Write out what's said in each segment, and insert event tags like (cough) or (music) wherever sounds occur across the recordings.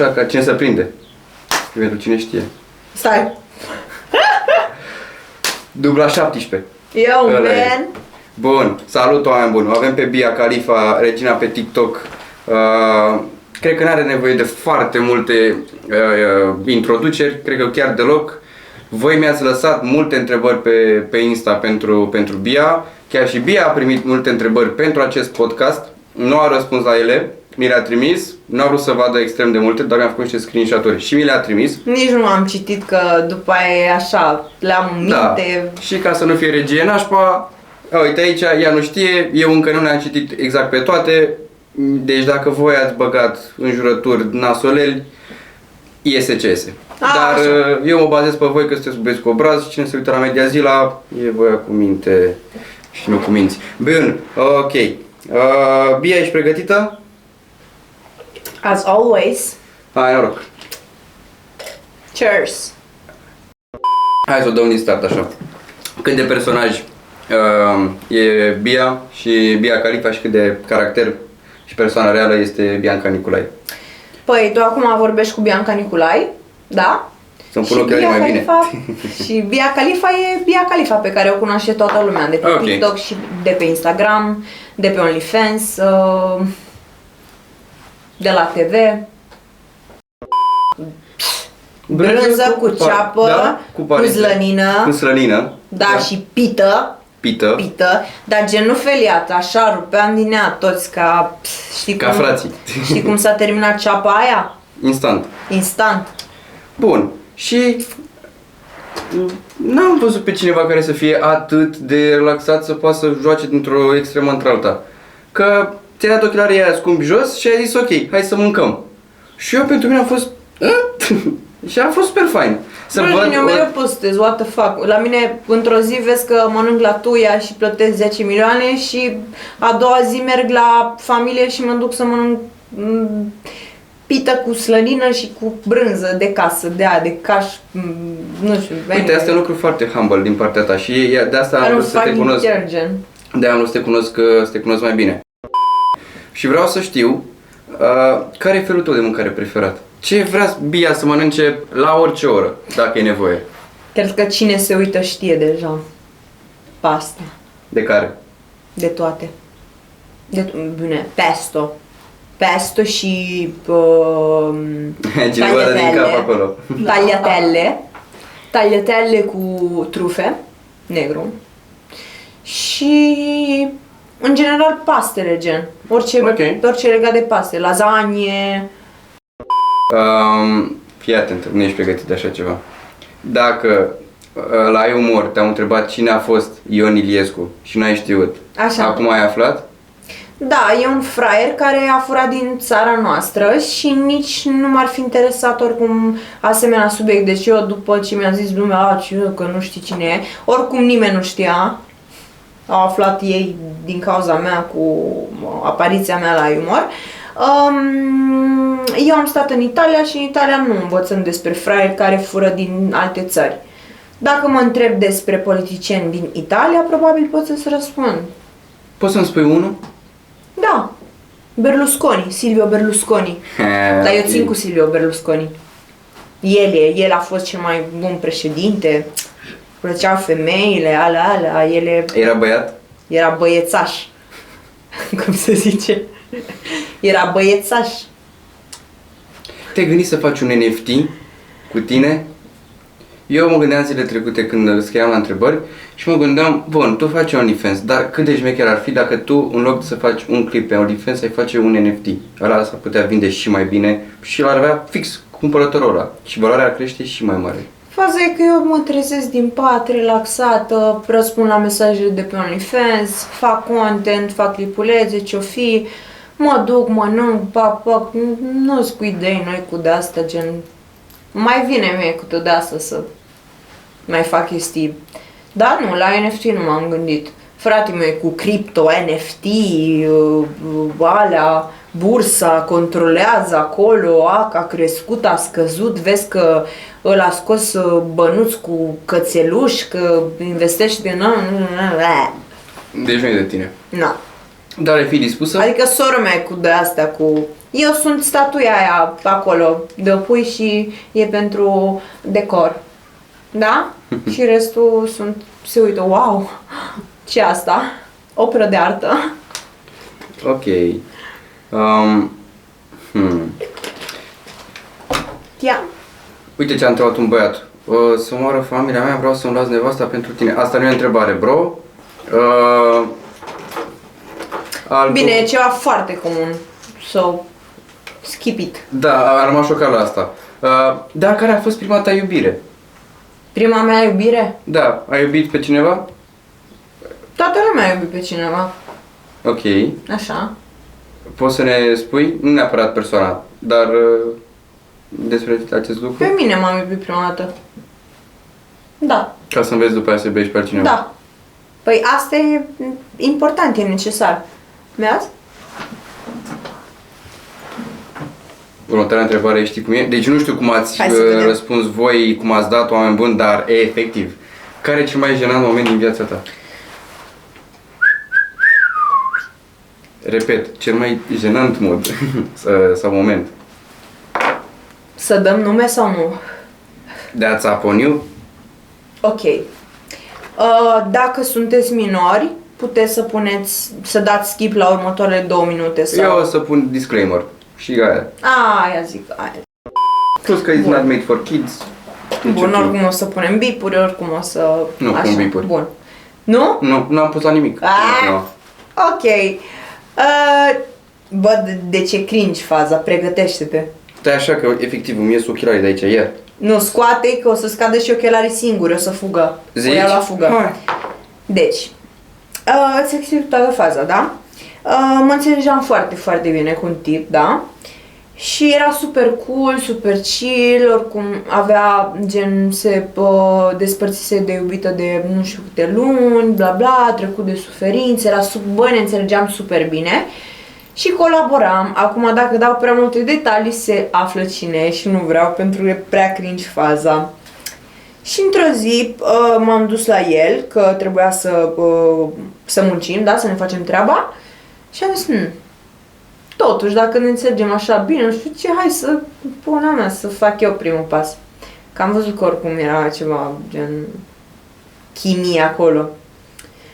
Așa că cine se prinde? Pentru cine știe. Stai. Dubla 17. E un Ăla e. man. Bun, salut oameni buni. O avem pe Bia Khalifa, regina pe TikTok. Uh, cred că nu are nevoie de foarte multe uh, uh, introduceri, cred că chiar deloc. Voi mi-ați lăsat multe întrebări pe, pe Insta pentru, pentru Bia. Chiar și Bia a primit multe întrebări pentru acest podcast. Nu a răspuns la ele, mi le-a trimis. Nu a vrut să vadă extrem de multe, dar mi-a făcut niște screenshot-uri și mi le-a trimis. Nici nu am citit că după aia e așa, le-am în minte. Da. Și ca să nu fie regie nașpa, a, uite aici, ea nu știe, eu încă nu le-am citit exact pe toate, deci dacă voi ați băgat în jurături nasoleli, iese ce iese. A, Dar așa. uh, eu mă bazez pe voi că sunteți băieți cu obraz și cine se uită la media zila e voia cu minte și nu cu minți. Bun, ok. Uh, Bia, ești pregătită? As always, Hai, noroc. cheers. Hai să o dăm din start așa. Cât de personaj uh, e Bia și Bia Khalifa și cât de caracter și persoană reală este Bianca Nicolae. Păi, tu acum vorbești cu Bianca Niculai, da? Să-mi pun Și ochii mai Bia bine. (laughs) și Bia Khalifa e Bia Khalifa pe care o cunoaște toată lumea de pe Ok. TikTok și de pe Instagram, de pe OnlyFans, uh, de la da, TV. Brânză cu ceapă, cu parize, slănină. Cu slănină. Da, și pită, pită. pită, dar gen nu feliat, așa rupeam din ea toți ca, pf, știi Ca cum, frații. știi cum s-a terminat ceapa aia? Instant. Instant. Bun. Și n-am văzut pe cineva care să fie atât de relaxat să poată să joace dintr-o extremă într-alta. Că ți-ai dat ochelarii aia scump jos și ai zis ok, hai să mâncăm. Și eu pentru mine am fost... "Ă?" (laughs) și a fost super fain. Să Să Bă, văd eu o- mereu postez, what the fuck. La mine, într-o zi vezi că mănânc la tuia și plătesc 10 milioane și a doua zi merg la familie și mă duc să mănânc m, pită cu slănină și cu brânză de casă, de a, de caș, m, nu știu. Uite, asta e un lucru foarte humble din partea ta și e- de asta am nu vrut să te fac cunosc. chiar gen. De am vrut să te cunosc, că- să te cunosc mai bine. Și vreau să știu uh, care e felul tău de mâncare preferat. Ce vrea Bia să mănânce la orice oră, dacă e nevoie? Cred că cine se uită știe deja pasta, De care? de toate. De to- bine, pesto. Pesto și (laughs) uh, Cineva dă din cap acolo. tagliatelle, tagliatelle cu trufe, negru și în general pastele gen, orice, Ok. orice legat de paste, lasagne, Um, fii atent, nu ești pregătit de așa ceva. Dacă uh, la ai umor te-am întrebat cine a fost Ion Iliescu și n-ai știut, Așa. acum ai aflat? Da, e un fraier care a furat din țara noastră și nici nu m-ar fi interesat oricum asemenea subiect. Deci eu după ce mi-a zis lumea a, ce, că nu știi cine e, oricum nimeni nu știa. Au aflat ei din cauza mea cu apariția mea la umor. Um, eu am stat în Italia și în Italia nu învățăm despre fraieri care fură din alte țări. Dacă mă întreb despre politicieni din Italia, probabil pot să-ți răspund. Poți să-mi spui unul? Da. Berlusconi, Silvio Berlusconi. Dar eu (laughs) țin cu Silvio Berlusconi. El e, el a fost cel mai bun președinte. Plăceau femeile, alea, alea, ele Era băiat? era băiețaș. (laughs) Cum se zice? Era băiețaș. Te-ai gândit să faci un NFT cu tine? Eu mă gândeam zile trecute când scriam la întrebări și mă gândeam, bun, tu faci OnlyFans, dar cât de șmecher ar fi dacă tu, în loc să faci un clip pe OnlyFans, ai face un NFT. Ăla s-ar putea vinde și mai bine și l-ar avea fix cumpărătorul ăla și valoarea ar crește și mai mare. Faza e că eu mă trezesc din pat, relaxată, răspund la mesajele de pe OnlyFans, fac content, fac clipulețe, ce-o fi, mă duc, mănânc, pac, pac, nu sunt cu idei noi cu de-asta, gen, mai vine mie cu de asta să mai fac chestii. Dar nu, la NFT nu m-am gândit. Frate meu, cu cripto, NFT, uh, uh, alea, bursa, controlează acolo, a, că a crescut, a scăzut, vezi că îl a scos uh, bănuți cu cățeluș, că investește în... Deci nu e de tine. Nu. Dar ai fi dispusă? Adică sora mea e cu de astea cu... Eu sunt statuia aia acolo, de pui și e pentru decor. Da? și restul sunt... Se uită, wow, ce asta? Operă de artă. Ok. Um, hmm. Ia. Uite ce a întrebat un băiat. Uh, să moară familia mea, vreau să-mi luați nevasta pentru tine. Asta nu e o întrebare, bro. Uh, altul... Bine, e ceva foarte comun. So, skip it. Da, am rămas șocat la asta. Uh, da, care a fost prima ta iubire? Prima mea iubire? Da, ai iubit pe cineva? Toată lumea a iubit pe cineva. Ok. Așa. Poți să ne spui? Nu neapărat persoana, dar uh, despre acest lucru? Pe mine m-am iubit prima dată. Da. Ca să înveți după aia să iubești pe altcineva. Da. Păi asta e important, e necesar. Meaz? Următoarea întrebare, știi cum e? Deci nu știu cum ați Hai să uh, vedem. răspuns voi, cum ați dat oameni buni, dar e efectiv. Care e cel mai jenant moment din viața ta? Repet, cel mai jenant mod (laughs) uh, sau- sau moment. Să dăm nume sau nu? That's up on you? Ok. Uh, dacă sunteți minori, puteți să puneți, să dați skip la următoarele două minute sau... Eu o să pun disclaimer. Și aia. Aia zic, aia. Plus că it's Bun. not made for kids. Deci, Bun, ok. oricum o să punem bipuri, oricum o să... Nu pun bipuri. Bun. Nu? Nu, nu am pus la nimic. Ah, Nu. Ok. Uh, bă, de, de ce cringe faza, pregătește-te. Stai așa că efectiv îmi ies ochelarii de aici, ia. Nu, scoate că o să scadă și ochelarii singuri, o să fugă. O Zici? iau la fugă. Hai. Deci, uh, îți explic toată faza, da? Uh, mă înțelegeam foarte, foarte bine cu un tip, da? Și era super cool, super chill, oricum avea gen se uh, despărțise de iubită de nu știu câte luni, bla bla, trecut de suferințe, era sub bă, ne înțelegeam super bine și colaboram. Acum dacă dau prea multe detalii se află cine e și nu vreau pentru că e prea cringe faza. Și într-o zi uh, m-am dus la el, că trebuia să, uh, să muncim, da, să ne facem treaba. Și am zis, "Hmm, totuși, dacă ne înțelegem așa bine, nu știu ce, hai să puna mea, să fac eu primul pas. Că am văzut că oricum era ceva gen chimie acolo.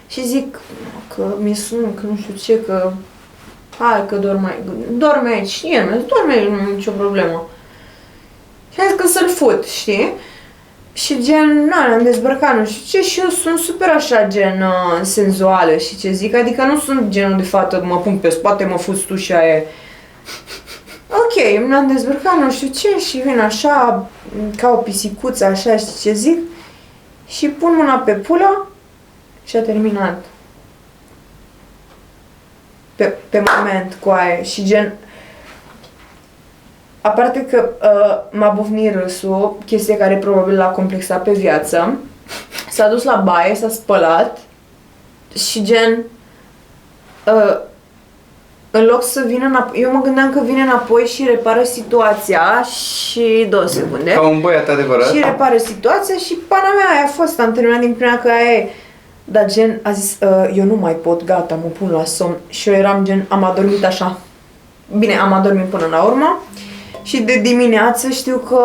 Și zic că mi sună, că nu știu ce, că hai că dorm aici, dorme aici și el mi-a zis, dorme aici, nu e nicio problemă. Și am zis că să-l fut, știi? Și gen, na, ne-am dezbrăcat, nu știu ce, și eu sunt super așa gen uh, senzuală și ce zic, adică nu sunt genul de fată, mă pun pe spate, mă fuți tu și aia e. Ok, ne-am dezbrăcat, nu știu ce, și vin așa, m, ca o pisicuță, așa, știi ce zic, și pun mâna pe pula și a terminat. Pe, pe moment cu aia și gen, Aparte că uh, m-a bufnit râsul, chestie care probabil l-a complexat pe viață. S-a dus la baie, s-a spălat și gen... Uh, în loc să vină înapoi, eu mă gândeam că vine înapoi și repară situația și două secunde. Ca un băiat adevărat. Și repară situația și pana mea aia a fost, am terminat din prima că aia e. Dar gen, a zis, "Uh, eu nu mai pot, gata, mă pun la somn. Și eu eram gen, am adormit așa. Bine, am adormit până la urmă. Și de dimineață știu că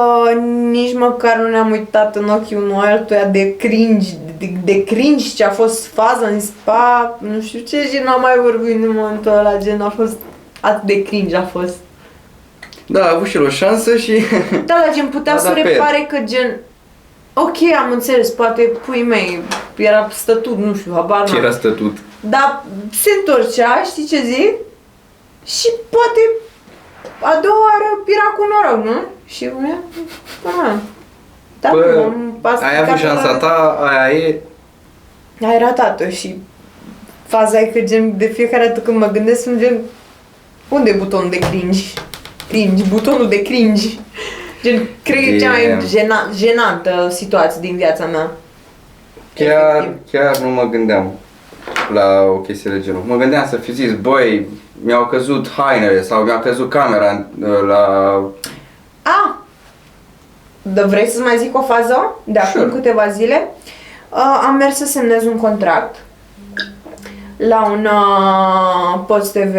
nici măcar nu ne-am uitat în ochii unui altuia de cringe, de, de cringe ce a fost faza, am zis, pa, nu știu ce, și n-am mai vorbit în momentul ăla, gen, a fost atât de cringe a fost. Da, a avut și el o șansă și... (laughs) Da, dar gen putea Da, să da, pe el. repare că gen... Ok, am înțeles, poate pui mei era stătut, nu știu, habar Ce n-am. era stătut? Dar se întorcea, știi ce zic? Și poate a doua oară era cu noroc, nu? Și unea, până da, Bă, m-am- asta- ai avut capul șansa ăla- ta, aia e... Ai ratat-o și faza e că gen, de fiecare dată când mă gândesc sunt gen unde e butonul de cringe? Cringe, butonul de cringe. Gen, cred că e cea mai Damn. jena, jenantă situație din viața mea. Chiar, Efectiv. chiar nu mă gândeam la o chestie de genul. Mă gândeam să fi zis, băi, mi-au căzut hainele sau mi-a căzut camera în- la... A! Dar vrei să mai zic o fază? De acum ă, Sure. câteva zile. Uh, am mers să semnez un contract. la un uh, post TV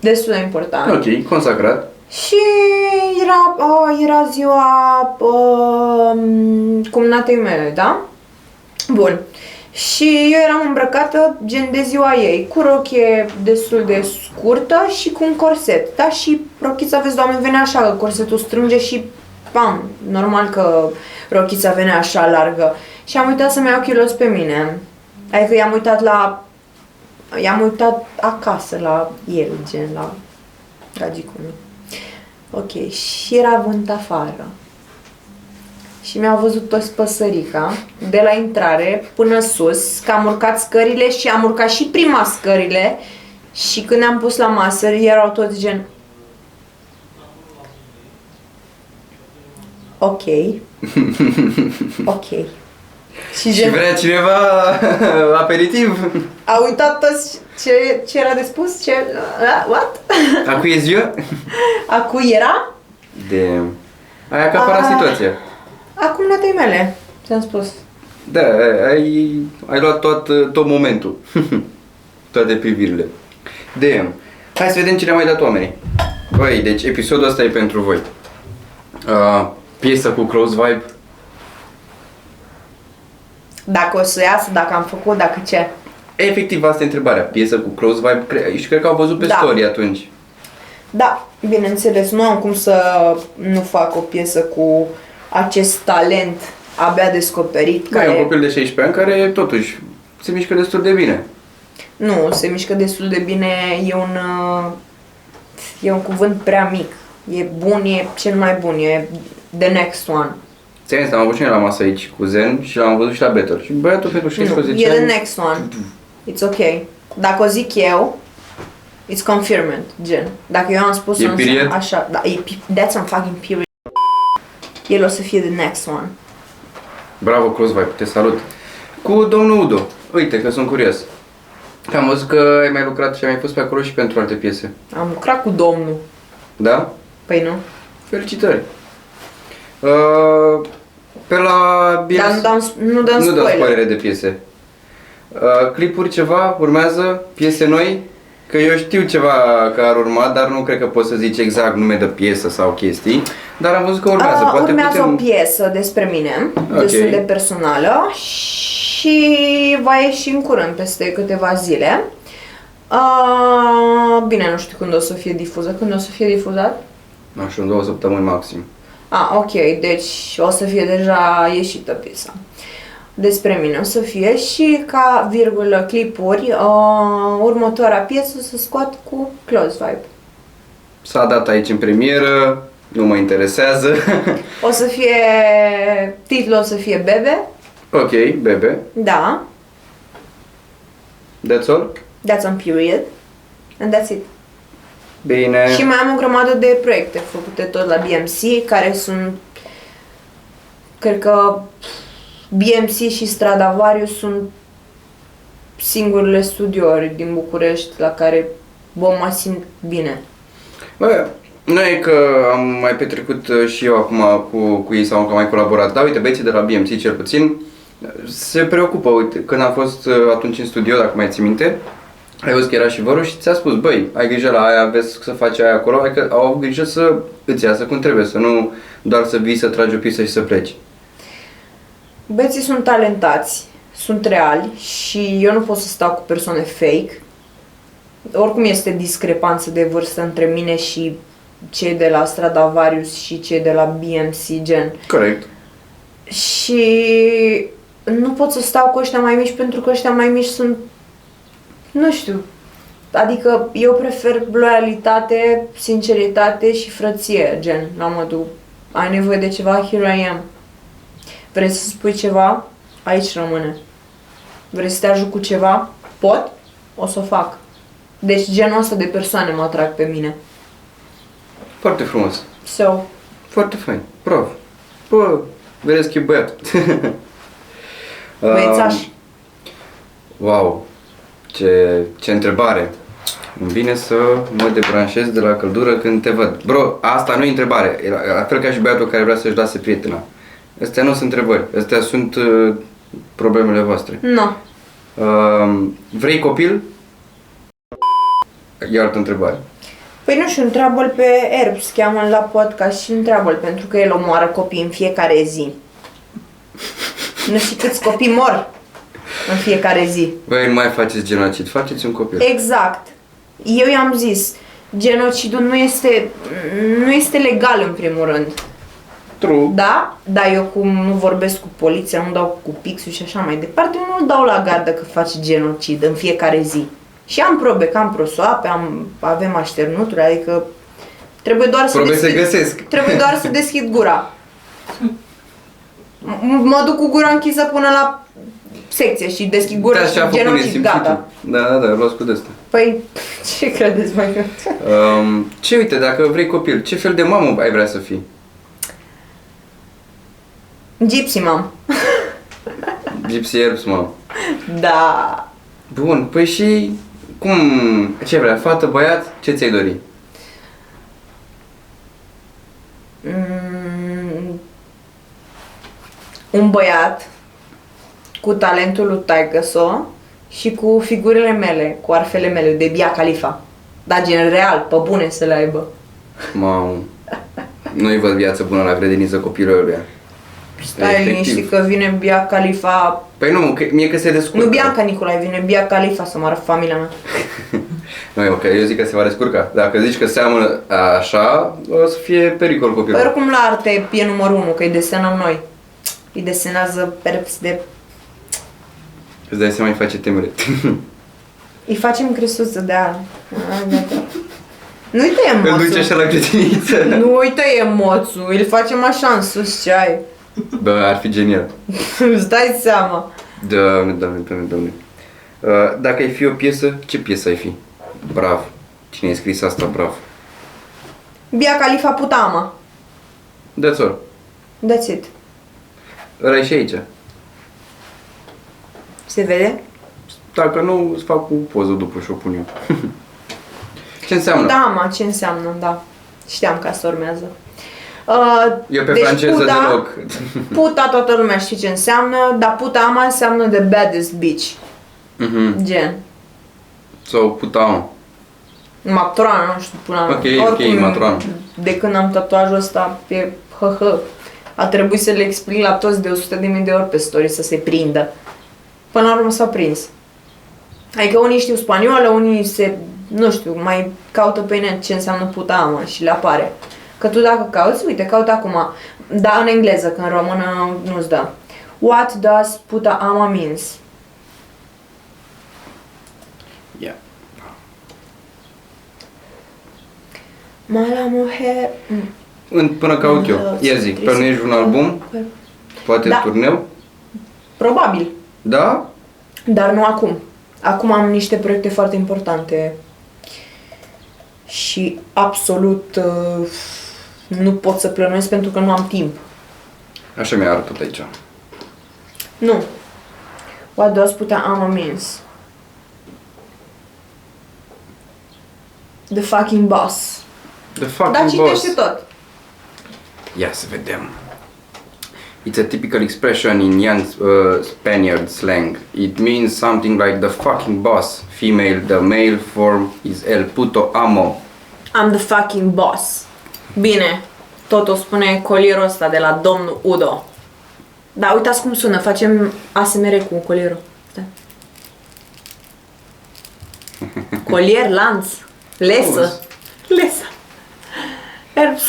destul de important. Ok, consacrat. Și era, uh, era ziua uh, cumnatei mele, da? Bun. Și eu eram îmbrăcată gen de ziua ei, cu rochie destul de scurtă și cu un corset. Da, și rochița, vezi, doamne, venea așa, că corsetul strânge și pam, normal că rochița venea așa largă. Și am uitat să-mi iau chilos pe mine. Adică i-am uitat la... I-am uitat acasă la el, gen la gagicul meu. Ok, și era vânt afară. Și mi-au văzut toți păsărica, de la intrare până sus, că am urcat scările și am urcat și prima scările. Și când am pus la masă, erau toți gen... Ok. Ok. Și Și, gen, vrea cineva (laughs) (laughs) aperitiv? au uitat toți ce, ce era de spus, ce... Uh, what? (laughs) Acu e ziua? Acu era? De... Ai acaparat Ah. situația. Acum natei mele, ți-am spus. Da, ai, ai luat tot, tot momentul. (laughs) Toate privirile. DM. Hai să vedem cine a mai dat oamenii. Băi, deci episodul ăsta e pentru voi. Uh, piesă cu close vibe. Dacă o să iasă, dacă am făcut, dacă ce. Efectiv, asta e întrebarea. Piesă cu close vibe. Cre- și cred că au văzut pe Da. story atunci. Da, bineînțeles, nu am cum să nu fac o piesă cu acest talent abia descoperit. Da, care... e un copil de 16 ani care totuși se mișcă destul de bine. Nu, se mișcă destul de bine, e un, uh, e un cuvânt prea mic. E bun, e cel mai bun, e the next one. Ți-am zis, am avut și noi la masă aici cu Zen și l-am văzut și la Better. Și băiatul pentru Nu, 16 e the ani... next one. It's ok. Dacă o zic eu, it's confirmed, gen. Dacă eu am spus E un period? așa, da, e, pi- that's some fucking period. El o să fie the next one. Bravo, Crosby, te salut. Cu domnul Udo, uite că sunt curios. Că Am văzut că ai mai lucrat și ai mai fost pe acolo și pentru alte piese. Am lucrat cu domnul. Da? Păi nu. Felicitări! Uh, pe la... Dar nu dăm, nu dăm nu dăm spoiler. spoilere de piese. Uh, clipuri ceva, urmează, piese noi? Că eu știu ceva că ar urma, dar nu cred că pot să zici exact nume de piesă sau chestii. Dar am văzut că urmează. Ah, Poate urmează putem... o piesă despre mine, Ok. destul de personală și va ieși în curând peste câteva zile. Ah, bine, nu știu când o să fie difuză. Când o să fie difuzat? Așa, în două săptămâni maxim. Ah, ok, deci o să fie deja ieșită piesa. Despre mine o să fie și ca virgulă clipuri, uh, următoarea piesă o să scoat cu Close Vibe. S-a dat aici în premieră, nu mă interesează. (laughs) O să fie, titlul o să fie Bebe, ok, bebe, da, that's all? that's on period, and that's it. Bine. Și mai am o grămadă de proiecte făcute tot la BMC, care sunt, cred că BMC și Stradivarius sunt singurele studiouri din București la care bă, mă simt bine. Bă, nu e că am mai petrecut uh, și eu acum cu, cu ei sau că am mai colaborat, dar uite, băieții de la BMC cel puțin se preocupă, uite, când am fost uh, atunci în studio, dacă mai ții minte, ai văzut că era și vărul și ți-a spus, băi, ai grijă la aia, vezi să faci aia acolo, adică au avut grijă să îți iasă cum trebuie, să nu doar să vii, să tragi o pisă și să pleci. Băieții sunt talentați, sunt reali și eu nu pot să stau cu persoane fake. Oricum este discrepanță de vârstă între mine și cei de la Stradivarius și cei de la BMC, gen. Corect. Și nu pot să stau cu ăștia mai mici pentru că ăștia mai mici sunt, nu știu, adică eu prefer loialitate, sinceritate și frăție, gen, la modul, ai nevoie de ceva, here I am. Vrei să spui ceva? Aici rămâne. Vrei să te ajut cu ceva? Pot? O să o fac. Deci genul ăsta de persoane mă atrag pe mine. Foarte frumos. So, Foarte fain. Bravo. Bă, vedeți că e băiat. băiețaș. Um, Wow, ce, ce întrebare! Îmi vine să mă debranșez de la căldură când te văd. Bro, asta nu e întrebare. E la, la fel ca și băiatul care vrea să-și lase prietena. Astea nu sunt întrebări. Astea sunt uh, problemele voastre. Nu. Uh, vrei copil? Iar altă întrebare. Păi nu știu, întreabă-l pe Erbs, cheamă la podcast și întreabă-l, pentru că el omoară copii în fiecare zi. Nu știi câți copii mor în fiecare zi. Voi nu mai faceți genocid, faceți un copil. Exact. Eu i-am zis, genocidul nu este, nu este legal în primul rând. True. Da, dar eu cum nu vorbesc cu poliția, nu dau cu pixul și așa mai departe, nu dau la gardă că faci genocid în fiecare zi. Și am probe, că am prosoape, am, avem așternuturi, adică trebuie doar să Probe se deschid, găsesc. Trebuie doar să deschid gura. M- mă duc cu gura închisă până la secție și deschid gura Da, și și a făcut genocid, nesimțitul. gata. Da, da, da, luați cu de-asta. Păi, (laughs) ce credeți mai că... Um, ce, uite, dacă vrei copil, ce fel de mamă ai vrea să fii? Gypsy mam. (laughs) Gypsy Herbs, mamă. Da. Bun, păi și cum, ce vrea, fată, băiat, ce ți-ai dori? Mm, un băiat cu talentul lui Taicăso și cu figurile mele, cu arfele mele de Bia Califa. Dar gen real, pe bune să le aibă. Mamă, nu-i văd viață bună la grădiniță copilul ăluia. Stai Efectiv. liniștit că vine Bia Califa... Păi nu, că, mie că se descurcă. Nu Bianca Nicolae, vine Bia Califa să mă arăt familia mea. (laughs) nu, eu, că eu zic că se va descurca. Dacă zici că seamănă așa, o să fie pericol copilul. Păi oricum la arte e numărul unu, că îi desenăm noi. Îi desenează perps de... Îți dai seama, îi face temere. Îi facem cresuță de an. Nu-i (laughs) Îl tăiem duce moțul. așa la grădiniță. (laughs) Nu uite emoțul, îl facem așa în sus ce ai. (laughs) Bă, ar fi genial. Îți dai seama. Doamne, doamne, doamne, doamne. Uh, Dacă ai fi o piesă, ce piesă ai fi? Brav. Cine a scris asta, brav. Bia Califa Putama. That's all. That's it. Ăla e și aici. Se vede? Dacă nu, îți fac cu poză după și o pun eu. (laughs) ce înseamnă? Putama, ce înseamnă, da. Știam că asta urmează. Uh, Eu pe franceză deloc. (laughs) Puta toată lumea știe ce înseamnă, dar putama înseamnă the baddest bitch. Mhm. Gen. Sau putam. Matroana, nu știu, până Ok, ok, matroană. De când am tatuajul ăsta, e hă-hă. A trebuit să le explic la toți de 100.000 de ori pe story să se prindă. Până la urmă s-a prins. Adică unii știu spaniolă, unii se, nu știu, mai caută pe net ce înseamnă putamă și le apare. Că tu dacă cauți, uite, caut acum, da în engleză, că în română nu-ți dă. What does puta ama means? Yeah. Mala mujer... Mm. În, până caut eu. Ia zic, plănuiești un album? Poate Da. turneu? păi, Probabil. Da? Dar nu acum. Acum am niște proiecte foarte importante și absolut uh, nu pot să plănuiesc pentru că nu am timp. Așa mi-a arătat aici. Nu. What does putea am amins? The fucking boss. The fucking Dar boss. Da, citește tot. Ia să vedem. It's a typical expression in young uh, Spaniard slang. It means something like the fucking boss. Female, the male form is el puto amo. I'm the fucking boss. Bine, tot o spune colierul ăsta de la domnul Udo. Da, uitați cum sună, facem ASMR cu colierul. Da. (laughs) Stai. Colier, lanț, lesă. Auzi. Lesă. Erbs.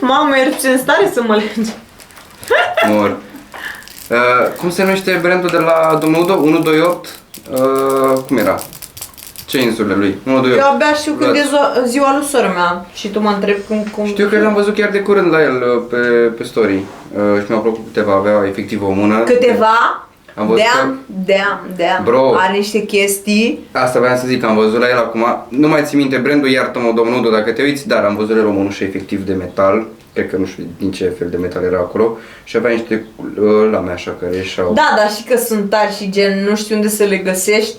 Mamă, erbs, în stare să mă lege. Mor. Uh, cum se numește brandul de la domnul Udo? 128? Uh, cum era? Ce insulele lui? 128. Eu abia știu când e Luați. zo- ziua lui sora mea și tu mă întrebi cum... cum... Da. Știu că l-am văzut chiar de curând la el uh, pe, pe story uh, și mi-au plăcut câteva, avea efectiv o mână. Câteva... Am văzut Deam, deam, deam. Bro. Are niște chestii Asta vreau să zic, că am văzut la el acum, nu mai țin minte brandul, iartă-mă domnul Udo dacă te uiți, dar am văzut la el o mânușă efectiv de metal, cred că nu știu din ce fel de metal era acolo, și avea niște uh, lame așa care ieșeau. Da, dar și că sunt tari și gen nu știu unde să le găsești.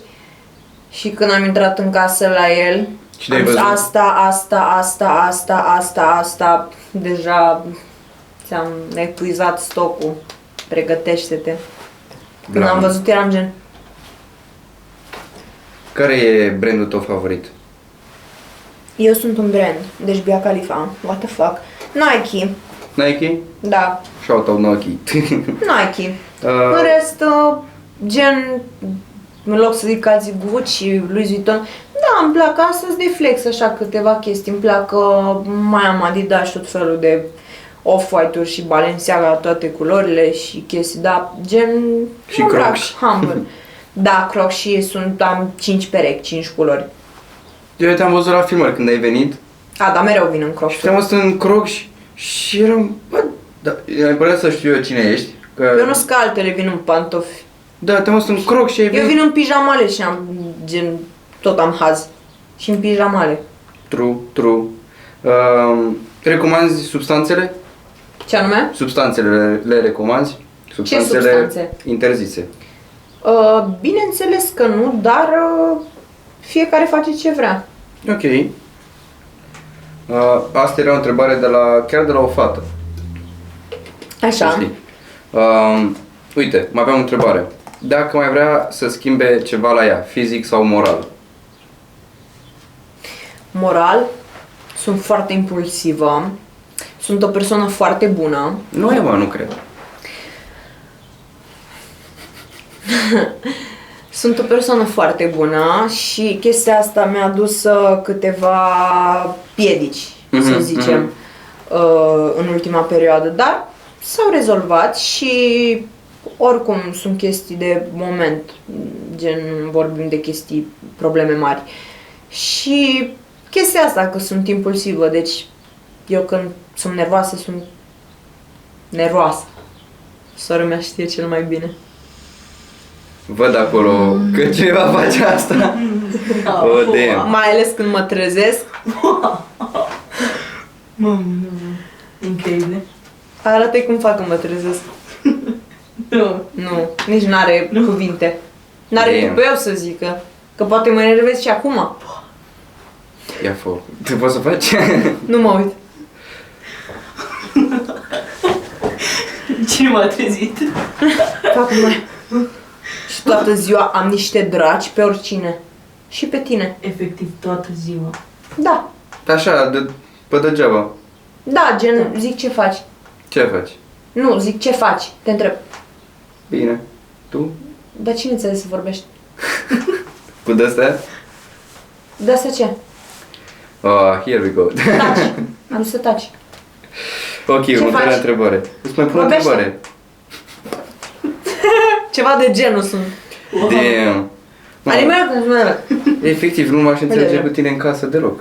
Și când am intrat în casă la el, Și le-ai am zis, văzut? asta, asta, asta, asta, asta, asta, deja ți-am epuizat stocul, pregătește-te. Când Da. am văzut eram gen, Care e brandul tău favorit? Eu sunt un brand, deci Bia Khalifa, what the fuck. Nike, Nike? da, Shout out Nike. (laughs) Nike. Uh. În rest, uh, gen, în loc să zic azi Gucci, Louis Vuitton, da, îmi plac astăzi de flex așa câteva chestii, îmi plac uh, mai am Adidas și tot felul de off-white-uri și Balenciaga, toate culorile și chestii, dar gen, Și îmi plac, Crocs. (laughs) humble. Da, Crocs și sunt, am 5 perechi, 5 culori. Eu te-am văzut la filmări când ai venit A, dar mereu vin în Crocs. și te-am văzut în croc și, și eram... Bă, da, ai părea să știu eu cine ești. Că, Eu nu sunt ca altele, vin în pantofi. Da, te-am văzut în croc și ai Eu venit... vin în pijamale și am, gen, tot am haz. Și în pijamale. True, true. Uh, recomanzi substanțele? Ce anume? Substanțele le, le recomanzi? substanțe? interzise. Uh, bineînțeles că nu, dar uh, fiecare face ce vrea. Ok. Uh, asta era o întrebare de la, chiar de la o fată. Așa. Știi? Uh, uite, mai aveam o întrebare. Dacă mai vrea să schimbe ceva la ea, fizic sau moral? Moral, sunt foarte impulsivă, sunt o persoană foarte bună. Nu e, mă, nu cred. Sunt o persoană foarte bună și chestia asta mi-a adus uh, câteva piedici, Mhm, să zicem, uh, în ultima perioadă, dar s-au rezolvat și oricum sunt chestii de moment, gen vorbim de chestii, probleme mari. Și chestia asta că sunt impulsivă, deci eu când sunt nervoasă sunt nervoasă. Sora mea știe cel mai bine. Văd acolo că cineva face asta. Oh, damn. Mai ales când mă trezesc, Mamă, incredibil. arată cum fac când mă trezesc. Nu. Nu, nici n-are cuvinte. N-are Damn. cum pe eu să zică. Că poate mă enervez și acum. Ia fă. Tu poți să faci? (laughs) Nu mă uit. Cine m-a trezit? Fac mai. Și toată ziua am niște dragi pe oricine. Și pe tine. Efectiv toată ziua. Da. Așa, de, pe degeaba. Da, gen, zic ce faci. Ce faci? Nu, zic ce faci. Te întreb. Bine. Tu? Dar cine înțelege să vorbești? Cu de-astea? De asta ce? Uh, here we go. (laughs) Taci. Am zis să taci. ok, următoarea faci? întrebare. Îți mai pun o Vorbește. întrebare. Ceva de genul sunt. Damn. Mamă, Animează. Efectiv, nu m-aș înțelege Bine. cu tine în casă deloc.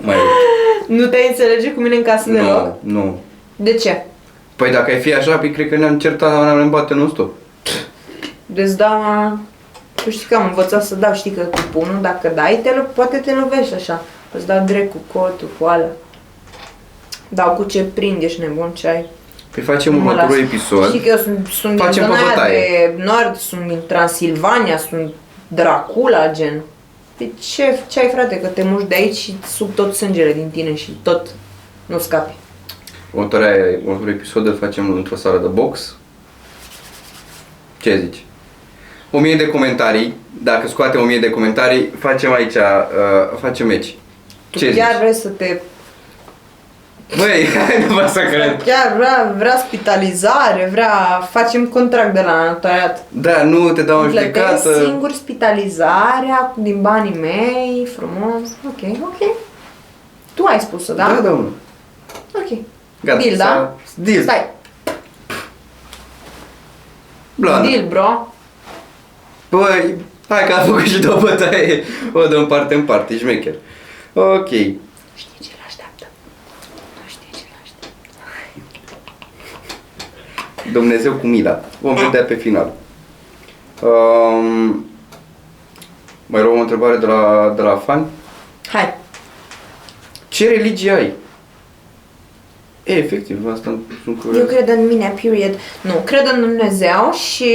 Mai Nu te înțelege cu mine în casă deloc? Nu, nu. De ce? Păi dacă ai fi așa, păi cred că ne-am certat, ne-am îmbate non-stop. Deci da, tu știi că am învățat să dau, știi că cu punul, dacă dai, te, lo- poate te lovești așa. Îți dau drept cu cotul, cu alea. Dau cu ce prind, ești nebun ce ai. Păi facem Nu mă următorul las. episod. Știi că eu sunt, sunt din Facem pe zona aia bătaie. de nord, sunt din Transilvania, sunt Dracula, gen. Păi ce, ce ai frate, că te muși de aici și sub tot sângele din tine și tot nu scapi. Următoarea, următorul episod îl facem într-o sală de box. Ce zici? O mie de comentarii. Dacă scoatem o mie de comentarii, facem aici, uh, facem meci. Tu Ce chiar zici? vrei să te Băi, (laughs) hai nu vă să cred. Chiar vrea, vrea spitalizare, vrea... Facem contract de la notariat. Da, nu te dau în Plătesc judecată. singur spitalizarea din banii mei, frumos. Ok, ok. Tu ai spus-o, da? Da, domnul. Ok. Gata. Deal, da? s-a- Deal. Stai. Blană. Deal, bro. Băi, hai că a făcut și două bătaie. O dăm parte în parte, ești șmecher. Ok. Știi ce l-așteaptă. Nu știi ce l-așteaptă. Dumnezeu cu mila. Vom vedea pe final. Um, mai luăm o întrebare de la, de la fan. Hai. Ce religie ai? E, efectiv, asta sunt Eu curios. cred în mine, period. Nu, cred în Dumnezeu și...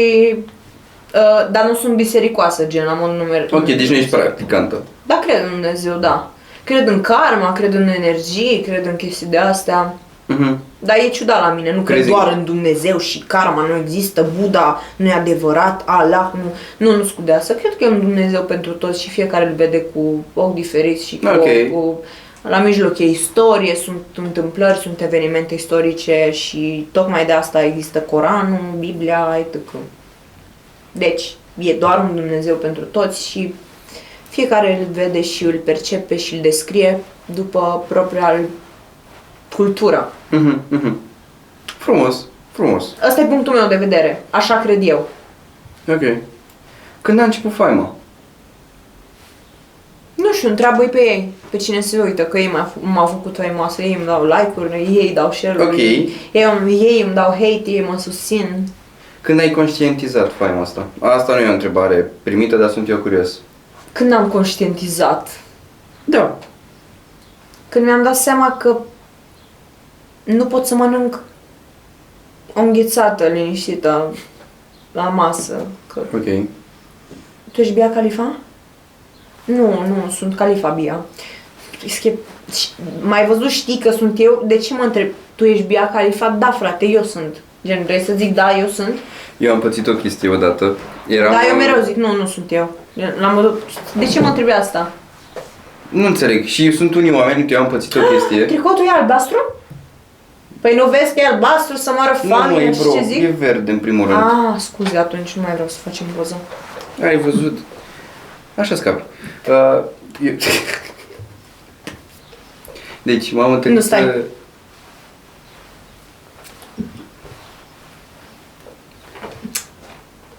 Uh, dar nu sunt bisericoasă, gen, am un numer... Ok, deci nu ești practicantă. Da, cred în Dumnezeu, da. Cred în karma, cred în energie, cred în chestii de astea. Mhm. Dar e ciudat la mine, nu cred Crezi- doar în Dumnezeu și karma, nu există, Buddha nu e adevărat, Allah nu, nu, nu scudea să cred că e un Dumnezeu pentru toți și fiecare îl vede cu ochi diferiți și cu, Ok. cu la mijloc e istorie, sunt întâmplări, sunt evenimente istorice și tocmai de asta există Coranul, Biblia, etc. Deci, e doar un Dumnezeu pentru toți și fiecare îl vede și îl percepe și îl descrie după propria cultură. Mhm, mhm. Frumos, frumos. Asta e punctul meu de vedere. Așa cred eu. Ok. Când a început faima? Nu știu, întreabă pe ei, pe cine se uită, că ei m-au fă- m-au făcut faimoasă, ei îmi dau like-uri, ei îmi dau share-uri, Ok. ei, îmi- ei îmi dau hate, ei mă susțin. Când ai conștientizat faima asta? Asta nu e o întrebare primită, dar sunt eu curios. Când am conștientizat, Da. când mi-am dat seama că nu pot să mănânc o înghețată liniștită la masă, că... Ok. Tu ești Bia Califa? Nu, nu, sunt Califa Bia. Schie- și- Mai văzut știi că sunt eu? De ce mă întreb? Tu ești Bia Califa? Da, frate, eu sunt. Gen, vrei să zic da, eu sunt? Eu am pățit o chestie odată. Eram, Da, eu mereu zic, nu, nu sunt eu. Gen, La modul, de ce mă întrebi asta? Nu înțeleg. Și sunt unii oameni, uite, eu am pățit Ah, o chestie. Tricotul e albastru? Păi nu vezi că e albastru să moară Nu, mă, familia e și bro, ce e zic? verde în primul rând. Ah, scuze, atunci nu mai vreau să facem poză. Ai văzut? Așa scapi. Uh, eu... (laughs) Deci m-am întâlnit... Nu, stai. uh,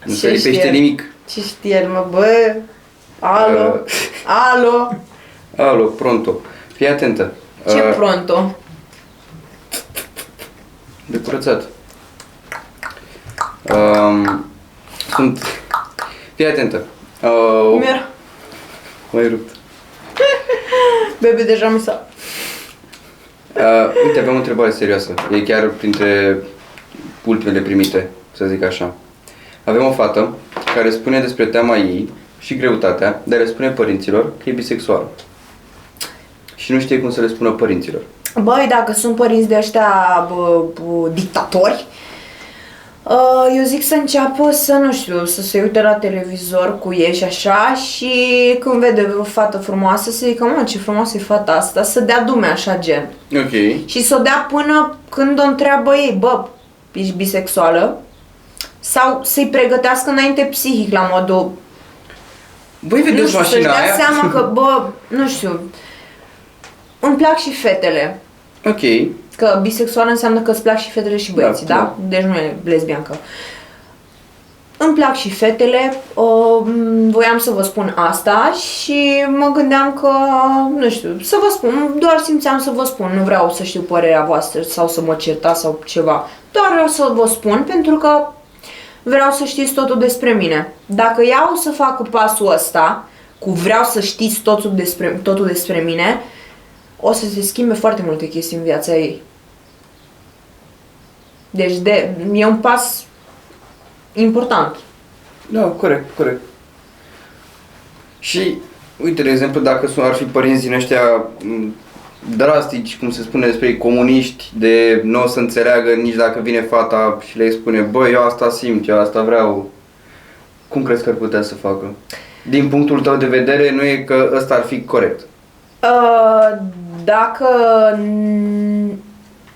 Nu Ce se lipește știe? nimic. Ce știe el, mă, bă? Alo? Uh. Alo? Alo, pronto. Fii atentă. Ce Uh, pronto? De curățat. Um, sunt... Fii atentă. Uh, Cum era? mai rupt. Bebe, deja mi s-a... Uh, uite, aveam o întrebare serioasă. E chiar printre ultimele primite, să zic așa. Avem o fată care spune despre teama ei și greutatea, dar le spune părinților că e bisexuală. Și nu știe cum să le spună părinților. Băi, dacă sunt părinți de ăștia bă, bă, dictatori, uh, eu zic să înceapă să, nu știu, să se uite la televizor cu ei și așa și când vede o fată frumoasă să zică, mă, ce frumoasă e fata asta, să dea dume așa gen. Ok. Și să o dea până când o întreabă ei, bă, ești bisexuală? Sau să-i pregătească înainte psihic la modul, Băi, nu vedeți știu, să-și mașina dea aia? seama că, bă, nu știu, îmi plac și fetele. Ok. Că bisexual înseamnă că îți plac și fetele și băieții, Da, da? da. Deci nu e lesbiancă. Îmi plac și fetele, uh, voiam să vă spun asta și mă gândeam că, nu știu, să vă spun, doar simțeam să vă spun, nu vreau să știu părerea voastră sau să mă certa sau ceva, doar vreau să vă spun pentru că vreau să știți totul despre mine. Dacă iau să fac pasul ăsta, cu vreau să știți totul despre, totul despre mine, o să se schimbe foarte multe chestii în viața ei. Deci de, e un pas important. Da, corect, corect. Și, uite, de exemplu, dacă sunt- ar fi părinți din ăștia m, drastici, cum se spune despre ei, comuniști, de nu o să înțeleagă nici dacă vine fata și le spune, bă, eu asta simt, eu asta vreau, cum crezi că ar putea să facă? Din punctul tău de vedere, nu e că ăsta ar fi corect. Uh, Dacă,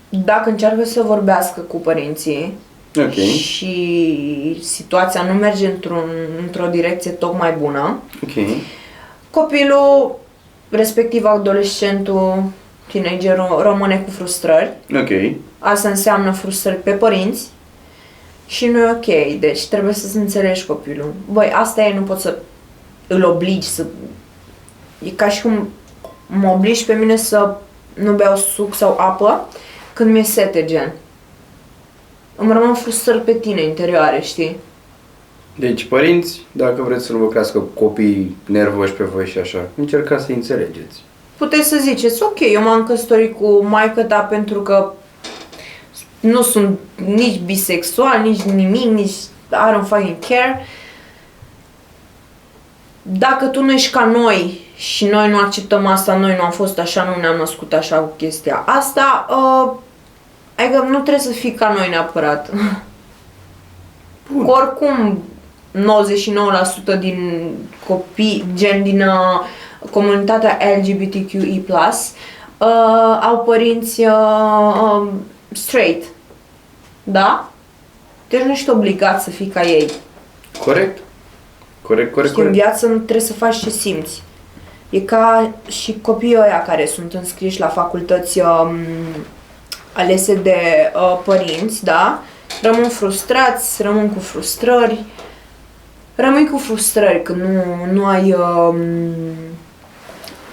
dacă încearcă să vorbească cu părinții Ok. și situația nu merge într-un, într-o direcție tocmai bună, Ok. copilul, respectiv adolescentul, teenagerul, rămâne cu frustrări Ok. Asta înseamnă frustrări pe părinți și nu e ok. Deci trebuie să-ți înțelegi copilul. Băi, asta e, nu poți să îl obligi să... E ca și cum mă obligi pe mine să nu beau suc sau apă când mi-e sete, gen. Îmi rămân frustrări pe tine interioare, știi? Deci, părinți, dacă vreți să nu vă crească copiii nervoși pe voi și așa, încercați să înțelegeți. puteți să ziceți, ok, eu m-am căsătorit cu maică ta pentru că nu sunt nici bisexual, nici nimic, nici I don't fucking care. Dacă tu nu ești ca noi și noi nu acceptăm asta, noi nu am fost așa, nu ne-am născut așa cu chestia asta, uh, Adică nu trebuie să fii ca noi neapărat. (laughs) Bun. Oricum, 99% din copii, gen din uh, comunitatea LGBTQI+, uh, au părinți uh, um, straight. Da? Deci nu ești obligat să fii ca ei. Corect? Corect, corect, Știi, în corect. viață nu trebuie să faci ce simți. E ca și copiii ăia care sunt înscriși la facultăți um, alese de uh, părinți, da? Rămân frustrați, rămân cu frustrări. Rămâi cu frustrări când nu, nu ai um,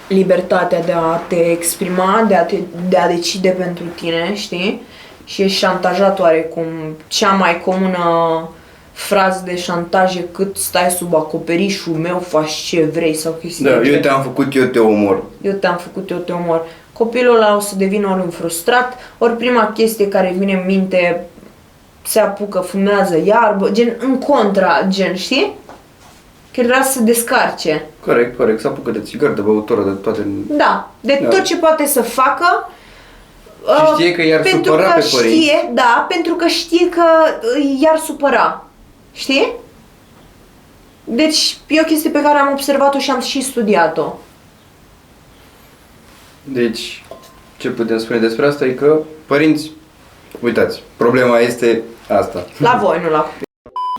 libertatea de a te exprima, de a, te, de a decide pentru tine, știi? Și ești șantajat oarecum. Cea mai comună frază de șantaj e cât stai sub acoperișul meu, faci ce vrei sau chestii Da, de eu genul te-am făcut, eu te omor. eu te-am făcut, eu te omor. Copilul ăla o să devină ori frustrat, ori prima chestie care îi vine în minte se apucă, fumează iarbă, gen în contra, gen, știi? Că el vrea să se descarce. Corect, corect. S-a apucat de țigări, de băutură, de toate. Da, de Da. tot ce poate să facă. Și uh, știe că i-ar pentru supăra că pe părinți. știe, da, pentru că știe că uh, i-ar supăra. Știi? Deci e o chestie pe care am observat-o și am și studiat-o. Deci, ce putem spune despre asta e că, părinți, uitați, problema este asta. La voi, nu la copii.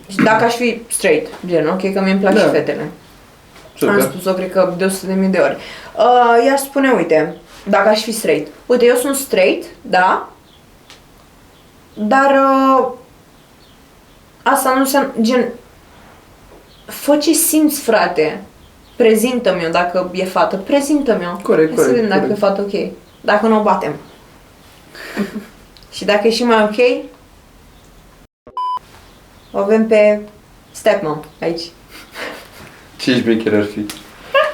Și dacă aș fi straight, gen, ok, că mi îmi place Da. da. fetele. Am Super. spus-o, cred că de 100 de mii de ori. Uh, i-aș spune, uite, dacă aș fi straight. Uite, eu sunt straight, da, dar uh, asta nu înseamnă, gen, fă ce simți, frate. Prezintă-mi eu dacă e fată. Prezintă-mi eu. Corect, Hai să corect, vedem dacă corect. e fată ok. Dacă nu o batem. (laughs) Și dacă e și mai ok, o avem pe stepmom aici. Ce șmecher ar fi?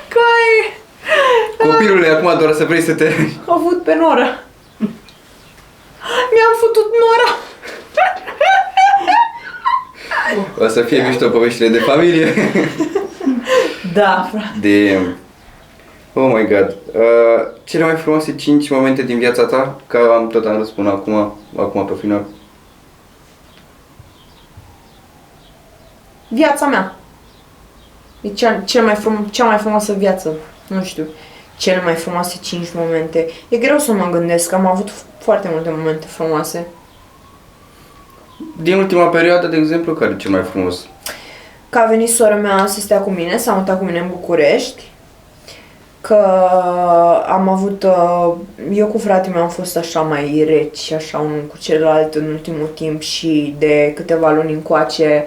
Cai! Da. Copilule, acum doar să vrei să te... Am avut pe Nora. Mi-am futut Nora. O să fie mișto poveștile de familie. (laughs) Da, frate. De... Oh my god. Uh, cele mai frumoase 5 momente din viața ta? Că am tot am răspuns acum, acum pe final. Viața mea. E cea, cel mai frum, cea mai frumoasă viață. Nu știu. Cele mai frumoase 5 momente. E greu să mă gândesc. Am avut f- foarte multe momente frumoase. Din ultima perioadă, de exemplu, care e cel mai frumos? Că a venit sora mea să stea cu mine, s-a mutat cu mine în București. Că am avut... uh, Eu cu fratele meu am fost așa mai reci, așa unul cu celălalt în ultimul timp și de câteva luni încoace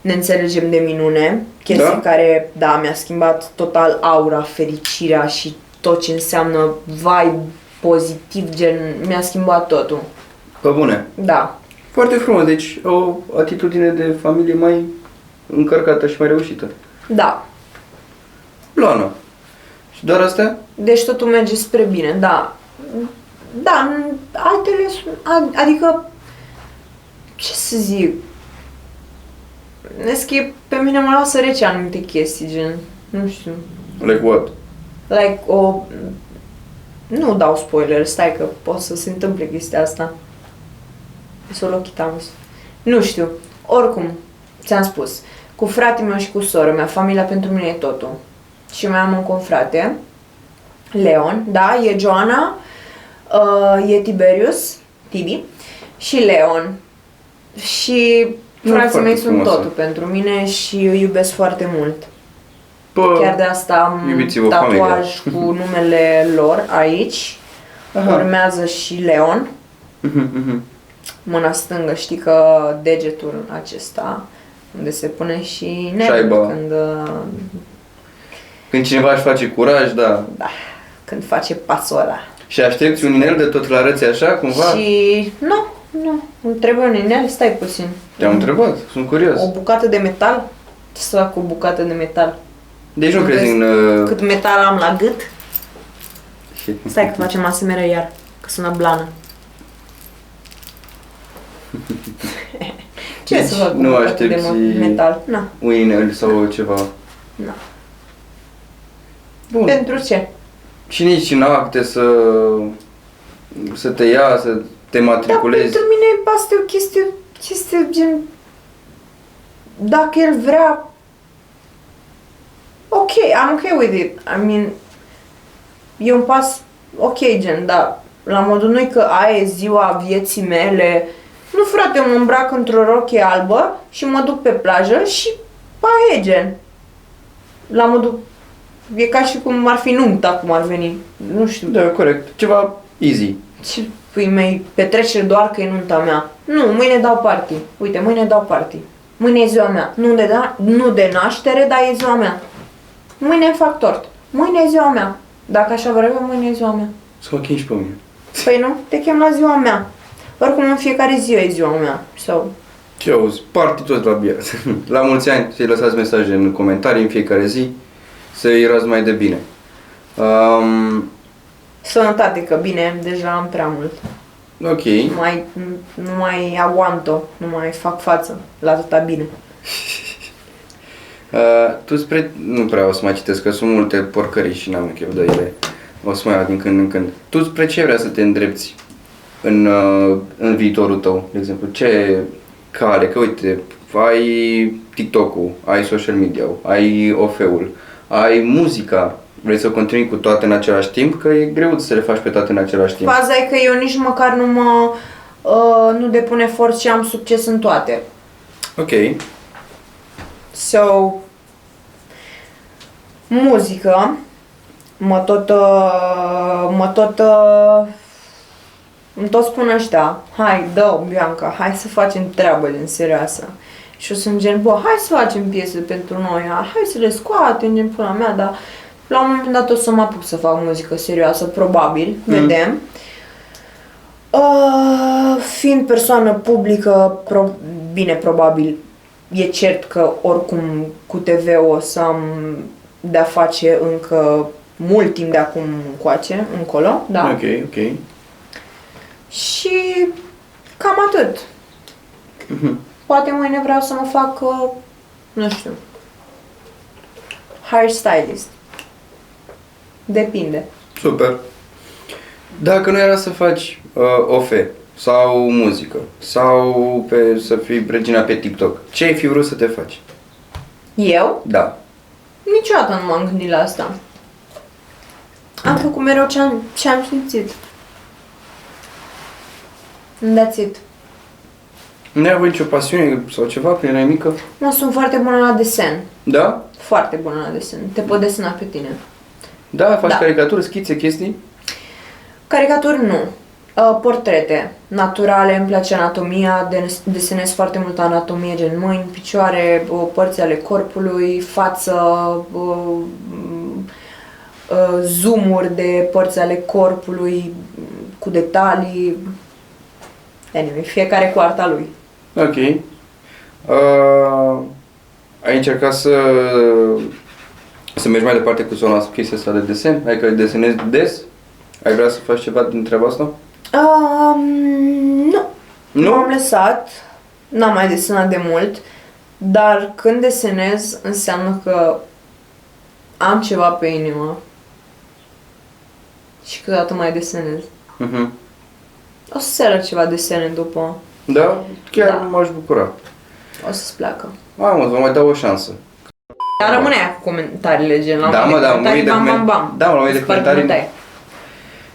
ne înțelegem de minune. Chestii Da? care, da, mi-a schimbat total aura, fericirea și tot ce înseamnă vibe pozitiv, gen, mi-a schimbat totul. Pe bune. Da, Foarte frumos, deci o atitudine de familie mai încărcată și mai reușită. da. Plană. Și doar astea? Deci totul merge spre bine, da. Da, n- altele sunt, ad- adică, ce să zic, Vezi că e- pe mine mă lasă rece anumite chestii, gen, nu știu, Like what? like o... Nu dau spoiler, stai că pot să se întâmple chestia asta. Solo chitamos. Nu știu, oricum, ți-am spus, cu fratele meu și cu sora mea, familia pentru mine e totul. Și mai am un confrate, Leon, da, e Joana, uh, e Tiberius, Tibi, și Leon. Și Nu, frații foarte mei sunt frumoasă. totul pentru mine și îi iubesc foarte mult. Pă, Chiar da. de asta am Iubiți-vă tatuaj cu numele lor aici. Aha. Urmează și Leon, Mhm, mhm. mâna stângă, știi că degetul acesta unde se pune și Șaiba. nervul când, uh, Când cineva își face curaj, da. da, când face pasul ăla. Și aștepți un inel de tot la arăți așa, cumva? Și nu, nu, îmi trebuie un inel, stai puțin. Te-am întrebat, sunt curios. O bucată de metal? Ce să fac cu o bucată de metal? Deci nu Cât crezi vezi- în... Uh... Cât metal am la gât? Stai că facem ASMR iar, că sună blană. Ce Deci să fac cu nu bucată aștepți- de mo- metal? Na, Un inel sau ceva. na. Bun. Pentru ce? Și nici în acte să... Să te ia, să te Dar matriculezi. pentru Da, mine asta e o chestie, chestie gen... Dacă el vrea... Ok, I'm okay with it. I mean... E un pas ok, gen, dar la modul noi că aia e ziua vieții mele. Nu, frate, mă îmbrac într-o rochie albă și mă duc pe plajă și aia e gen. La modul... E ca și cum ar fi nuntă acum ar veni. Nu știu. Da, corect. Ceva easy. Ce pui mei, petrecere doar că e nunta mea. Nu, mâine dau party. Uite, mâine dau party. Mâine e ziua mea. Nu de, da, nu de naștere, dar e ziua mea. Mâine fac tort. Mâine e ziua mea. Dacă așa vreau, eu, mâine e ziua mea. Să mă chem și pe mine. Păi nu, te chem la ziua mea. Oricum, în fiecare zi e ziua mea. So, Ce auzi? Parti toți la bia. (laughs) la mulți ani să-i lăsați mesaje în comentarii în fiecare zi, să-i răz mai de bine. Um, sănătate, că bine, deja am prea mult. ok, Nu mai, nu mai aguanto, nu mai fac față la tota bine. Uh, tu spre... Nu prea o să mai citesc, că sunt multe porcării și n-am chef de ele. O să mai iau din când în când. Tu spre ce vrea să te îndrepți în, uh, în viitorul tău, de exemplu? Ce cale? Că uite, ai TikTok-ul, ai social media-ul, ai OF-ul, ai muzica. Vrei să continui cu toate în același timp? Că e greu să le faci pe toate în același timp. Faza e că eu nici măcar nu mă uh, nu depun efort și am succes în toate. Ok, So, muzică, mă tot, uh, mă tot, uh, îmi tot spun ăștia, hai, dă Bianca, hai să facem treabă din serioasă. Și eu sunt gen, bă, hai să facem piese pentru noi, ha, hai să le scoatem, gen pula mea, dar la un moment dat o să mă apuc să fac muzică serioasă, probabil, Mm. mm. vedem. Uh, fiind persoană publică, pro- bine, probabil, e cert că oricum cu TV o să am de-a face încă mult timp de acum încoace, încolo, da. ok, ok. Și cam atât. Poate mâine vreau să mă fac, uh, nu știu, hairstylist. Depinde. Super. Dacă nu era să faci uh, ofe sau muzică sau pe, să fii regina pe TikTok, ce ai fi vrut să te faci? Eu? Da. Niciodată nu m-am gândit la asta. Am făcut mereu ce am, ce am simțit. And That's it. Nu ai avut nicio pasiune sau ceva când erai mică? Mă, sunt foarte bună la desen. Da? Foarte bună la desen. Te pot desena pe tine. Da, faci Da. caricaturi, schițe, chestii? Caricaturi nu. Uh, portrete naturale, îmi place anatomia, de- desenez foarte mult anatomie, gen mâini, picioare, uh, părți ale corpului, față, uh, uh, zoomuri de părți ale corpului cu detalii. Anyway, fiecare cu arta lui. Ok. Uh, ai încercat să, să mergi mai departe cu zona chestia asta de desen? Adică desenezi des? Ai vrea să faci ceva din treaba asta? Um, nu. Nu? M-am lăsat, n-am mai desenat de mult, dar când desenez înseamnă că am ceva pe inimă și câteodată mai desenez. Uh-huh. O să se arăt ceva desene după, Da? Chiar Da. m-aș bucura. o să-ți placă. Mamă, vă mai dau o șansă. Dar rămâne aia cu comentariile, gen, la Da, mine mă, da, comentarii, mii de bam, comen- bam, bam. da, mă, la mii de Sparg comentarii. bătaie.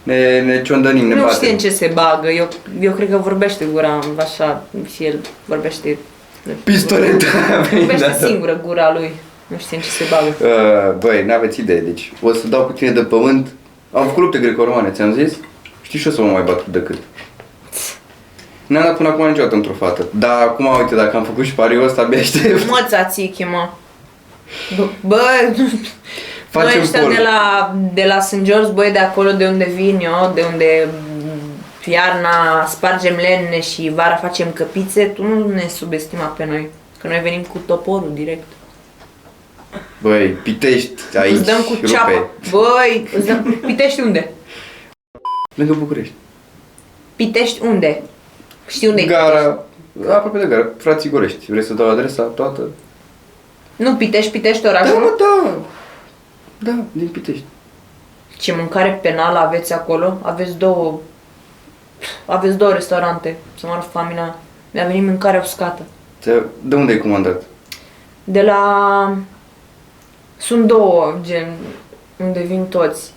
Ne, ne ciondănim, ne Nu batem. știe în ce se bagă, eu, eu cred că vorbește gura așa și el vorbește... nu știu, Pistoleta a venit, Vorbește da. singură gura lui, nu știe în ce se bagă. (laughs) Uh, Băi, n-aveți idee, deci o să dau cu tine de pământ. Am făcut lupte greco-romane, ți-am zis? Știi și o să mă mai bat cât de cât. N-am dat până acum niciodată într-o fată. Dar acum, uite, dacă am făcut și pariul ăsta, abia aștept. Mă, țațichi, mă. Bă, bă, Facem bă, ăștia pol. de la, de la St. George, băi, de acolo de unde vin eu, de unde iarna spargem lemne și vara facem căpițe, tu nu ne subestima pe noi. Că noi venim cu toporul direct. Băi, pitești aici, îți dăm cu rupe. ceapă. Băi, îți dăm... Pitești unde? Lângă București. Pitești unde? Știi unde Gara, aproape de gara, frații Gorești. Vrei să dau adresa toată? Nu, Pitești, Pitești Da, orașul. mă, da. Da, din Pitești. Ce mâncare penală aveți acolo? Aveți două aveți două restaurante, să mă rog familia. Mi-a venit mâncarea uscată. Ți- De unde ai comandat? De la... Sunt două, gen, unde vin toți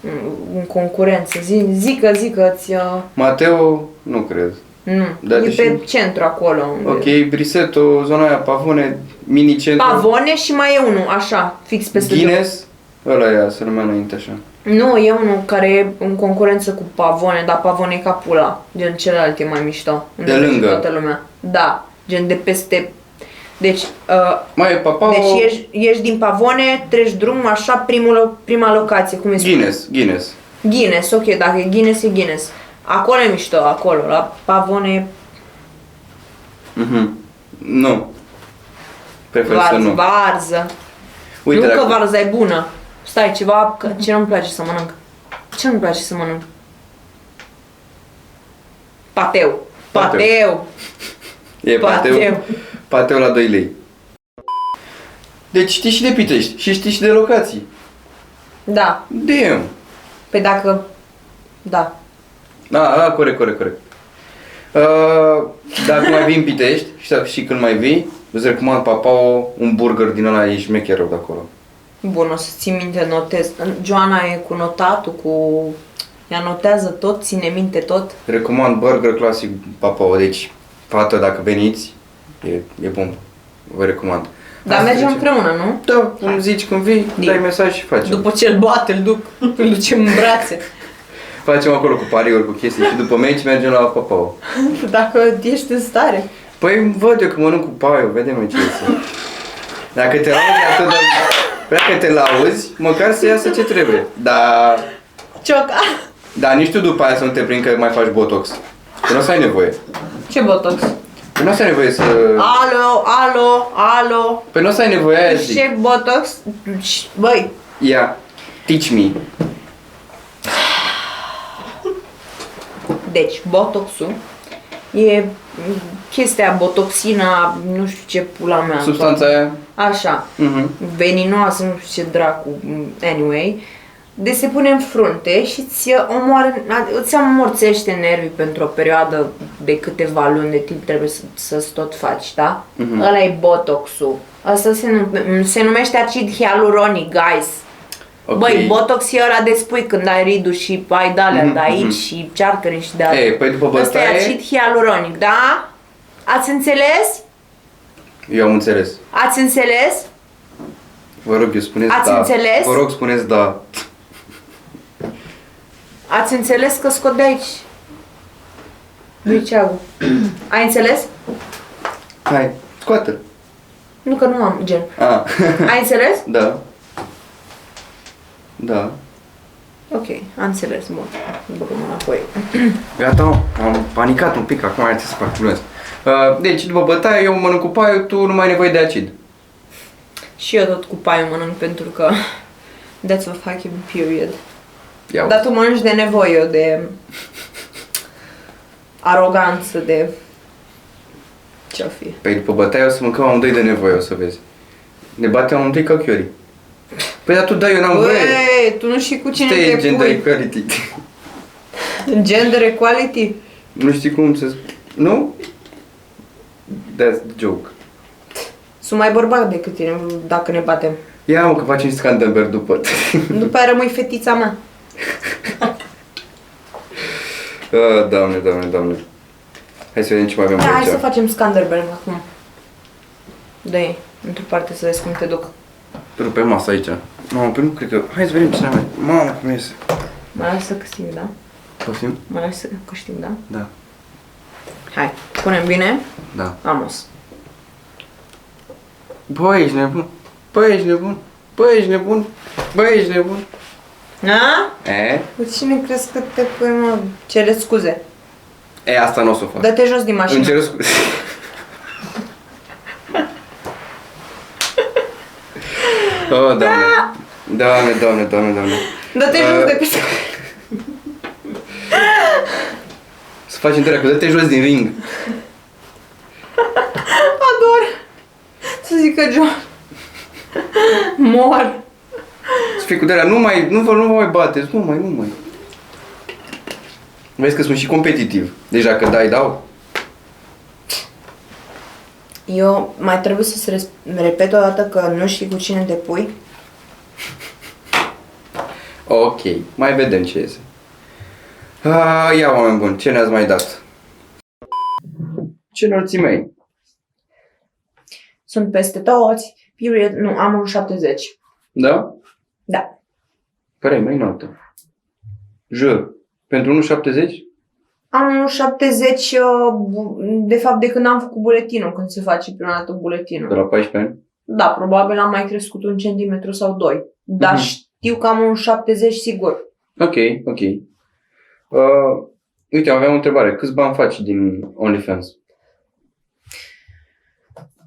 Mm, în- în concurență. Zi, zică, zică, ți uh, Mateo? Nu cred. Nu, Da, e deși- pe centru acolo. Unde... Ok, Briseto, zona aia, Pavone, mini-centru. Pavone și mai e unul, așa, fix peste Guinness? Ăla e, se numea înainte așa. tot. Nu, e unul care e în concurență cu Pavone, dar Pavone e ca pula. Gen celălalt e mai mișto. unde De merge lângă. Toată lumea. Da, gen de peste... Deci, uh, Mai e Papao... deci ești, ești, din Pavone, treci drum, așa, primul, prima locație, cum îi spune? Guinness, Guinness. Guinness, ok, dacă e Guinness, e Guinness. Acolo e mișto, acolo, la Pavone e Mhm. Nu. Prefer să varză, nu. varză. Uite, nu că dacă- varza e bună. Stai, ceva că, ce nu-mi place să mănânc. Ce nu-mi place să mănânc? Pateu. Pateu. Pateu. E pateu, Pateu. pateu. la 2 lei. Deci știi și de Pitești și știi și de locații. Da. Damn. Păi dacă... Da. Da, da, corect, corect, corect. Uh, dacă mai vii în Pitești și, dacă- și când mai vii, îți recomand papao un burger din ăla, e șmecherul de acolo. Bun, o să țin minte, notez. Joana e cu notatul, cu... Ea notează tot, ține minte tot. Recomand burger clasic papao, deci fată dacă veniți, e, e bun. Vă recomand. Dar Asta Da, mergem zice. împreună, nu? Da, îmi zici când vii, Bine. dai mesaj și facem. După ce îl bate, îl duc, îl ducem în (laughs) brațe. Facem acolo cu pariuri, cu chestii și după meci mergem la papao. Dacă ești în stare. Păi văd eu că mănânc cu paiul, vedem ce este. Dacă te lauzi atât de... Păi Dacă te lauzi, măcar să iasă ce trebuie. Dar... Cioca. Dar nici tu după aia să nu te prind că mai faci botox. Că nu o să ai nevoie. Ce botox? Că nu o să ai nevoie să... Alo, alo, alo. Păi nu o să ai nevoie aia zic. Ce botox? Băi, Ia, teach me. deci botoxul e chestia botoxina, nu știu ce pula mea. Substanța aia. Așa, Mhm. veninoasă, nu știu ce dracu, anyway. De se pune în frunte și ți omoară, îți amorțește nervii pentru o perioadă de câteva luni de timp trebuie să, să-ți tot faci, da? Mhm. Ăla e botoxul. Asta se, num- se numește acid hialuronic, guys. Ok. Băi, botox e ăla de spui când ai ridul și ai dalea Mhm, de aici mhm. și cearcări și de alea. Ei, păi după Ăsta e bătaie, acid hialuronic, da? Ați înțeles? eu am înțeles. Ați înțeles? Vă rog, eu spuneți Ați da. înțeles? Vă rog, spuneți da. Ați înțeles că scot de aici? Lui Ceagu. Ai înțeles? Hai, scoate-l. Nu că nu am gen. Ah. (laughs) Ai înțeles? Da. Da. Ok, am înțeles, bun. Băgăm înapoi. Gata, mă, am panicat un pic, acum ar să fac glumesc. Uh, deci, după bătaie, eu mănânc cu paiul, tu nu mai ai nevoie de acid. Și eu tot cu paiul mănânc pentru că that's a fucking period. Ia Dar da. tu mănânci de nevoie, eu de aroganță, de ce-o fi. Păi după bătaie o să mâncăm amândoi de nevoie, o să vezi. Ne batem amândoi ca chiori. Păi dar tu dai, eu n-am voie. Băi, tu nu știi cu cine Stai, te gender pui. equality. (laughs) Gender equality. nu știi cum să sp- Nu? That's the joke. Sunt mai bărbat decât tine dacă ne batem. Ia mă că facem scandal după. (laughs) Mhm. După aia rămâi fetița mea. Ah, doamne, doamne, doamne. Hai să vedem ce mai avem Da, hai aici. să facem Scanderberg acum. Dă-i, într-o parte să vezi cum te duc. Rupe masa aici. Mamă, păi nu cred că... Hai să vedem ce mai... Mamă, cum iese. Mai lasă să câștig, da? Poftim? Mai lasă să câștig, da? Da. Hai, punem bine. Da. Vamos. Băi, ești nebun. Băi, ești nebun. Băi, ești nebun. Băi, ești nebun. Na? E? Cu cine crezi că te pui, mă? Cere scuze. E, asta nu o să o fac. Dă-te jos din mașină. Îmi cer scuze. oh, doamne. Doamne, doamne, doamne, doamne. Dă-te jos Uh, de pe Să facem treacă, dă-te jos din ring. (laughs) Ador. Să zică John. (laughs) Mor. Să fii cu de nu mai, nu vă, nu vă mai bateți, nu mai, nu mai. Vezi că sunt și competitiv. Deci dacă dai, dau. Eu mai trebuie să-ți res- repet o dată că nu știi cu cine te pui. Ok, mai vedem ce iese. Ah, ia oameni buni, ce ne-ați mai dat? Ce înălțime ai? Sunt peste toți. Period. Nu, am un 70. Da? Da. Care e mai înaltă? Jur. Pentru 1,70? Am un 70, uh, bu- de fapt, de când am făcut buletinul, când se face prima dată buletinul. De la 14 ani? Da, probabil am mai crescut un centimetru sau doi. Dar Mhm. știu că am un 70 sigur. Ok, ok. Uh, uite, aveam o întrebare. Câți bani faci din OnlyFans?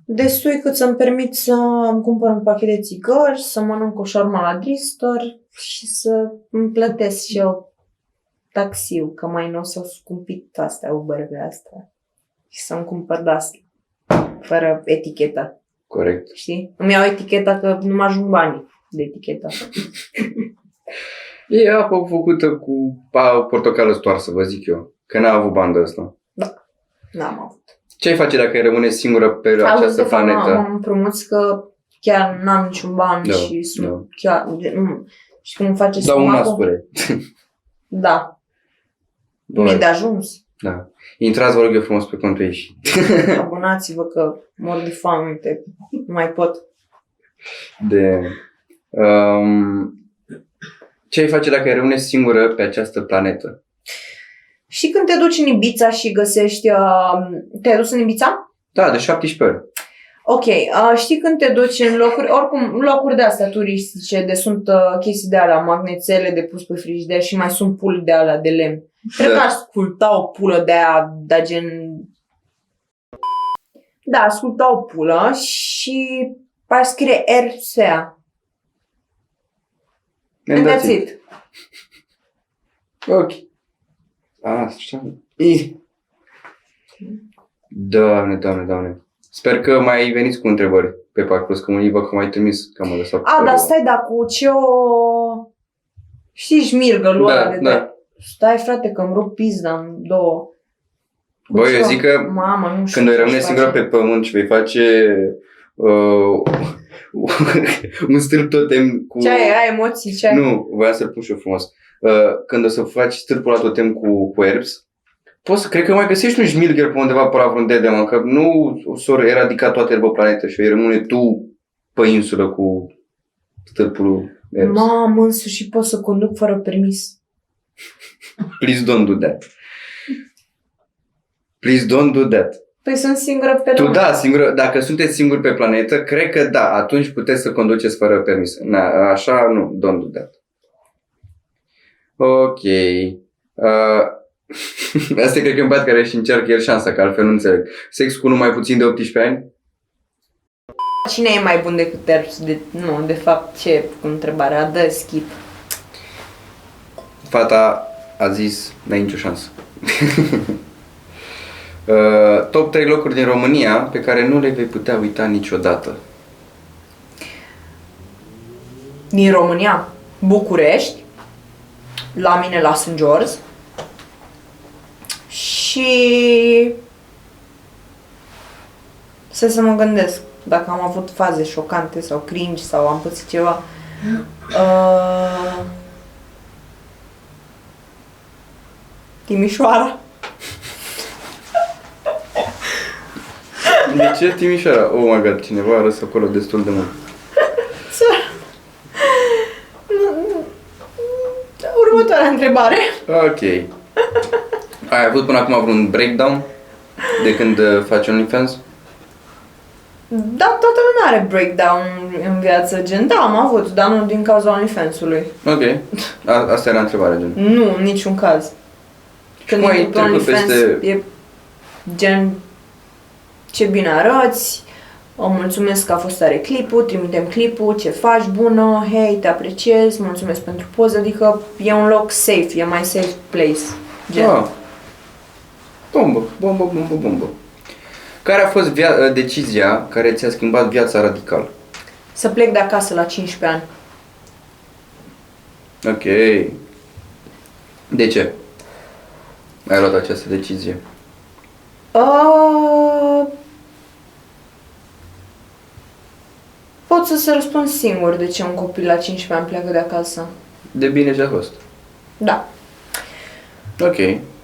Destui cât să-mi permit să îmi cumpăr un pachet de țigări, să mănânc o șorma la Dristor și să îmi plătesc și eu taxiul, că mai nu o să scumpit astea, uber astea. Și să-mi cumpăr de asta, fără eticheta, Corect. știi? Îmi iau eticheta că nu mă ajung banii de eticheta. E apă făcută cu pa, portocală stoarsă, vă zic eu. Că n-a avut bandă asta. N-am avut. Ce ai face dacă ai rămâne singură pe Auzi, această de fapt, planetă? Am împrumuți că chiar n-am niciun ban Da, și sunt da. chiar... Nu. Și cum face Sau un stomacul? aspure. Da, Bun. mi-e de ajuns. Da. Intrați, vă rog eu frumos, pe contul ieși. Abonați-vă că mor de foame, te... nu mai pot. De... Um, ce ai face dacă ai rămâne singură pe această planetă? Și când te duci în Ibița și găsești... Uh, te-ai dus în Ibița? Da, de 17 ori. Ok, uh, știi când te duci în locuri, oricum locuri de astea turistice, de sunt uh, chestii de alea, magnețele de pus pe frigider și mai sunt puli de alea de lemn. Cred că Da. aș sculpta o pulă de aia, de gen... Da, aș sculpta o pulă și aș scrie RSA. And that's it. Ok. Așa. Ih. Doamne, doamne, doamne. Sper că mai veniți cu întrebări pe parcurs, că unii vă că mai trimis, că am lăsat. A, dar stai, dar cu ce o... Știi șmirgă lui Da, ăla de da. da. Stai, frate, că îmi rup pizda în două. Cu Băi, ce eu o- zic că Mamă, nu știu Când ce ai rămâne aș face. singură pe pământ și vei face uh, (laughs) un stâlp totem cu... Ce ai, ai emoții, ce ai? Nu, voiam să-l pun și eu frumos. Uh, când o să faci stâlpul la totem cu, cu herbs, poți, cred că mai găsești un șmilger pe undeva pe la vreun dedeman, că nu s-or eradicat toată erba planetă și o rămâne tu pe insulă cu stâlpul herbs. Mamă, în sfârșit pot să conduc fără permis. Please don't do that. Please don't do that. Păi sunt singură pe Tu lume. da, singur, dacă sunteți singuri pe planetă, cred că da, atunci puteți să conduceți fără permis. Na, așa nu, don't do that. Ok. Uh, (laughs) asta e cred că un băiat care își încearcă el șansa, că altfel nu înțeleg. Sex cu unul mai puțin de 18 ani? Cine e mai bun decât Erbs? De, nu, de fapt, ce cu întrebarea? Dă skip. Fata a zis, n-ai nicio șansă. (laughs) uh, top 3 locuri din România pe care nu le vei putea uita niciodată. Din România, București, la mine la St. George și să să mă gândesc dacă am avut faze șocante sau cringe sau am pățit ceva. Uh... Timișoara. De ce Timișoara? Oh my god, cineva a râs acolo destul de mult. Următoarea întrebare. Ok. Ai avut până acum vreun breakdown de când uh, faci OnlyFans? Da, toată lumea are breakdown în viață, gen, da, am avut, dar nu din cauza OnlyFans-ului. Ok. A- asta era întrebarea, gen. Nu, în niciun caz. Când Mai e pe trecut OnlyFans, peste- e gen ce bine arăți, o mulțumesc că a fost tare clipul, trimitem clipul, ce faci bună, hei, te apreciez, mulțumesc pentru poză, adică e un loc safe, e mai safe place. Gen. Ah. Bombă, bombă, bombă, bombă. Care a fost via- uh, decizia care ți-a schimbat viața radical? Să plec de acasă la 15 ani. Ok. De ce? ai luat această decizie? Uh, pot să se răspund singur de ce un copil la 15 ani pleacă de acasă. De bine ce a fost. Da. Ok.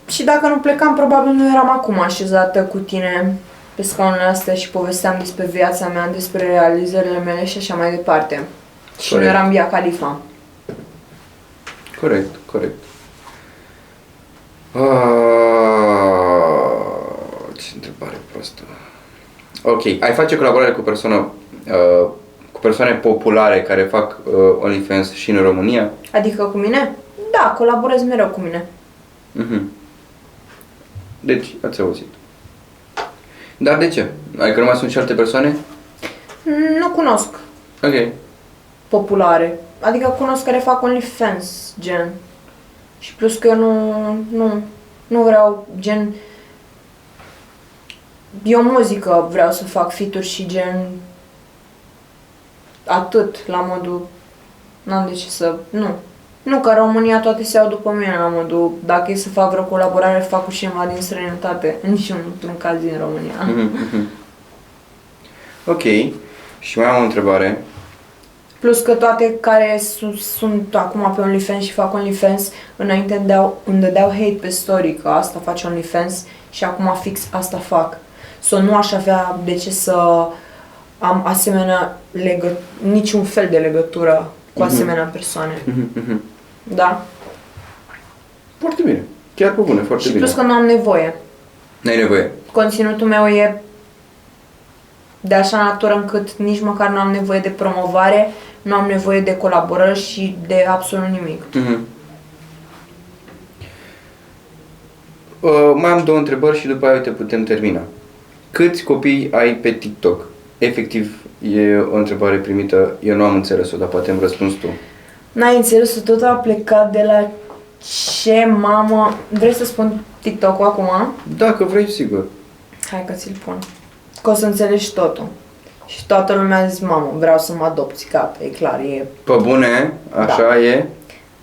Și dacă nu plecam, probabil nu eram acum așezată cu tine pe scaunele astea și povesteam despre viața mea, despre realizările mele și așa mai departe. Și nu Corect. eram Bia Califa. Corect, corect. Ah, ce întrebare prostă. Ok, ai face colaborare cu persoană, uh, cu persoane populare care fac uh, OnlyFans și în România? Adică cu mine? Da, colaborez mereu cu mine. Mhm. Deci, ați auzit. Dar de ce? Adică nu mai sunt și alte persoane? Nu cunosc Ok. populare. Adică cunosc care fac OnlyFans, gen. Și plus că eu nu, nu, nu vreau, gen, eu muzică vreau să fac fituri și gen atât, la modul, n-am de ce să, nu. Nu, că în România toate se iau după mine la modul, dacă e să fac vreo colaborare, fac cu cineva din străinătate, (laughs) în niciun într-un caz din România. Mhm, mhm. ok. Și mai am o întrebare. Plus că toate care sunt, sunt acum pe OnlyFans și fac OnlyFans, înainte îmi, deau, îmi dădeau hate pe story că asta face OnlyFans și acum fix asta fac. So, nu aș avea de ce să am asemenea legă, niciun fel de legătură cu Mhm. asemenea persoane. Mhm, mhm. Da? foarte bine. Chiar pe bune, foarte și bine. plus că nu am nevoie. N-ai nevoie. Conținutul meu e de așa natură încât nici măcar nu am nevoie de promovare, nu am nevoie de colaborări și de absolut nimic. Mhm. Uh, mai am două întrebări și după aia uite, putem termina. Câți copii ai pe TikTok? Efectiv, e o întrebare primită, eu nu am înțeles-o, dar poate îmi răspunzi tu. N-ai înțeles, tot a plecat de la ce mamă... Vrei să spun TikTok-ul acum? Dacă vrei, sigur. Hai că ți-l pun. Că o să înțelegi totul. Și toată lumea a zis, mamă, vreau să mă adopți, gata, e clar, e... Pe bune, așa Da. e.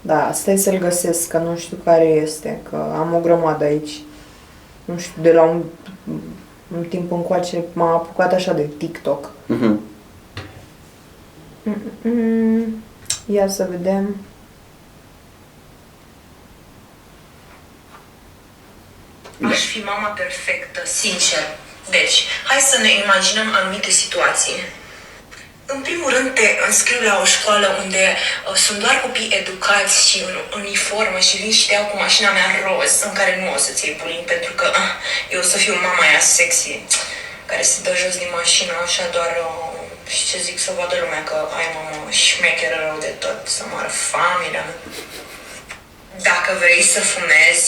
Da, stai să-l găsesc, că nu știu care este, că am o grămadă aici. Nu știu, de la un, un timp încoace m-a apucat așa de TikTok. Mhm. Mm-mm. Mm, Ia să vedem. Aș fi mama perfectă, sincer. Deci, hai să ne imaginăm anumite situații. În primul rând te înscriu la o școală unde uh, sunt doar copii educați și în uniformă și vin și te iau cu mașina mea roz, în care nu o să-ți iei bullying pentru că ah, eu o să fiu mama aia sexy care se dă jos din mașină așa doar uh, și ce zic să vadă lumea că ai mamă șmecheră rău de tot, să moară familia mea dacă vrei să fumezi,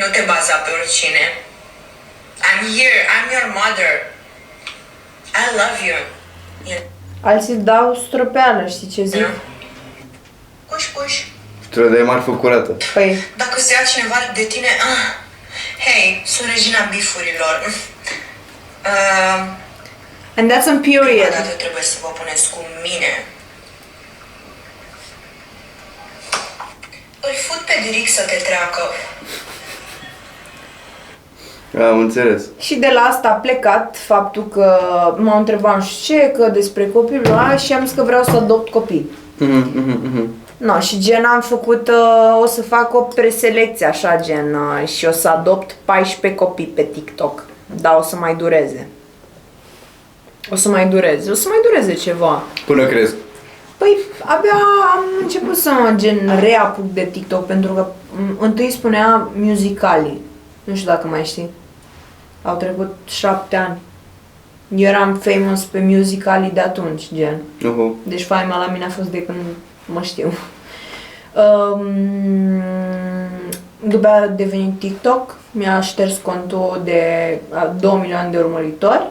nu te baza pe oricine. I'm here, I'm your mother. I love you. You Alții dau stropeală, știi ce zic? know? Cuș, cuș. Strădea marfă curată. Păi, Dacă se ia cineva de tine, ah, hei, sunt regina bifurilor. (laughs) Uh, and that's on period. prima dată trebuie să vă puneți cu mine. Îl fut pe diric să te treacă. Am înțeles. Și de la asta a plecat faptul că m-au întrebat nu știu ce, că despre copilul ăla și am zis că vreau să adopt copii. Mhm, mhm, mhm. No, și gen am făcut, uh, o să fac o preselecție așa gen uh, și o să adopt 14 copii pe TikTok, dar o să mai dureze. O să mai dureze, o să mai dureze ceva. Până crezi. Păi abia am început să mă gen reapuc de TikTok pentru că m, întâi spunea musicali. Nu știu dacă mai știi. Au trecut șapte ani. Eu eram famous pe musicali de atunci, gen. Uhu. Deci faima la mine a fost de când mă știu. Um, după aia a devenit TikTok, mi-a șters contul de a, 2 milioane de urmăritori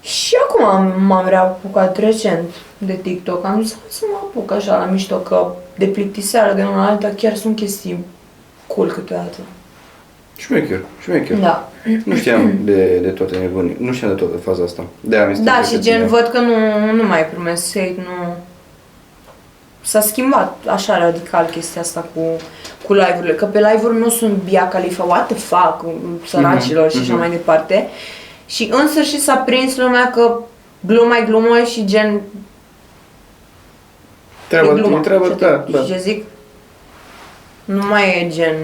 și acum am- m-am reapucat recent de TikTok. Am zis "Hai să mă apuc așa la mișto că de plictiseală de una la alta chiar sunt chestii cool câteodată. Șmecher, șmecher. Da. Nu știam de, de toate nebunii. Nu știam de toată faza asta. De am Da, și gen văd că nu, nu mai primesc hate, nu... S-a schimbat așa radical chestia asta cu cu live-urile, că pe live-uri nu sunt Bia Khalifa, what the fuck, săracilor Mhm, și așa mai departe. Și în sfârșit s-a prins lumea că gluma e glumă și gen Treaba, e glumă. treaba, Și da, da. Și ce zic, nu mai e gen,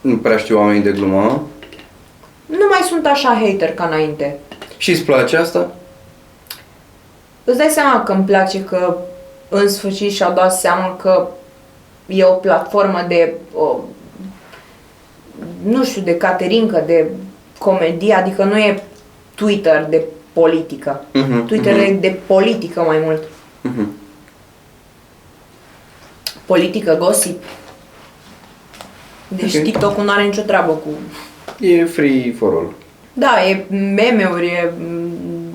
Nu prea știu oamenii de glumă. nu mai sunt așa hater ca înainte. Și îți place asta? Îți dai seama că îmi place că în sfârșit și-au dat seama că e o platformă de, o, nu știu, de caterincă, de comedie, adică nu e Twitter de politică. Mhm, Twitter e de politică mai mult. Mhm. Politică, gossip. Deci Ok. TikTok-ul nu are nicio treabă cu... E free for all. Da, e meme-uri, e mm,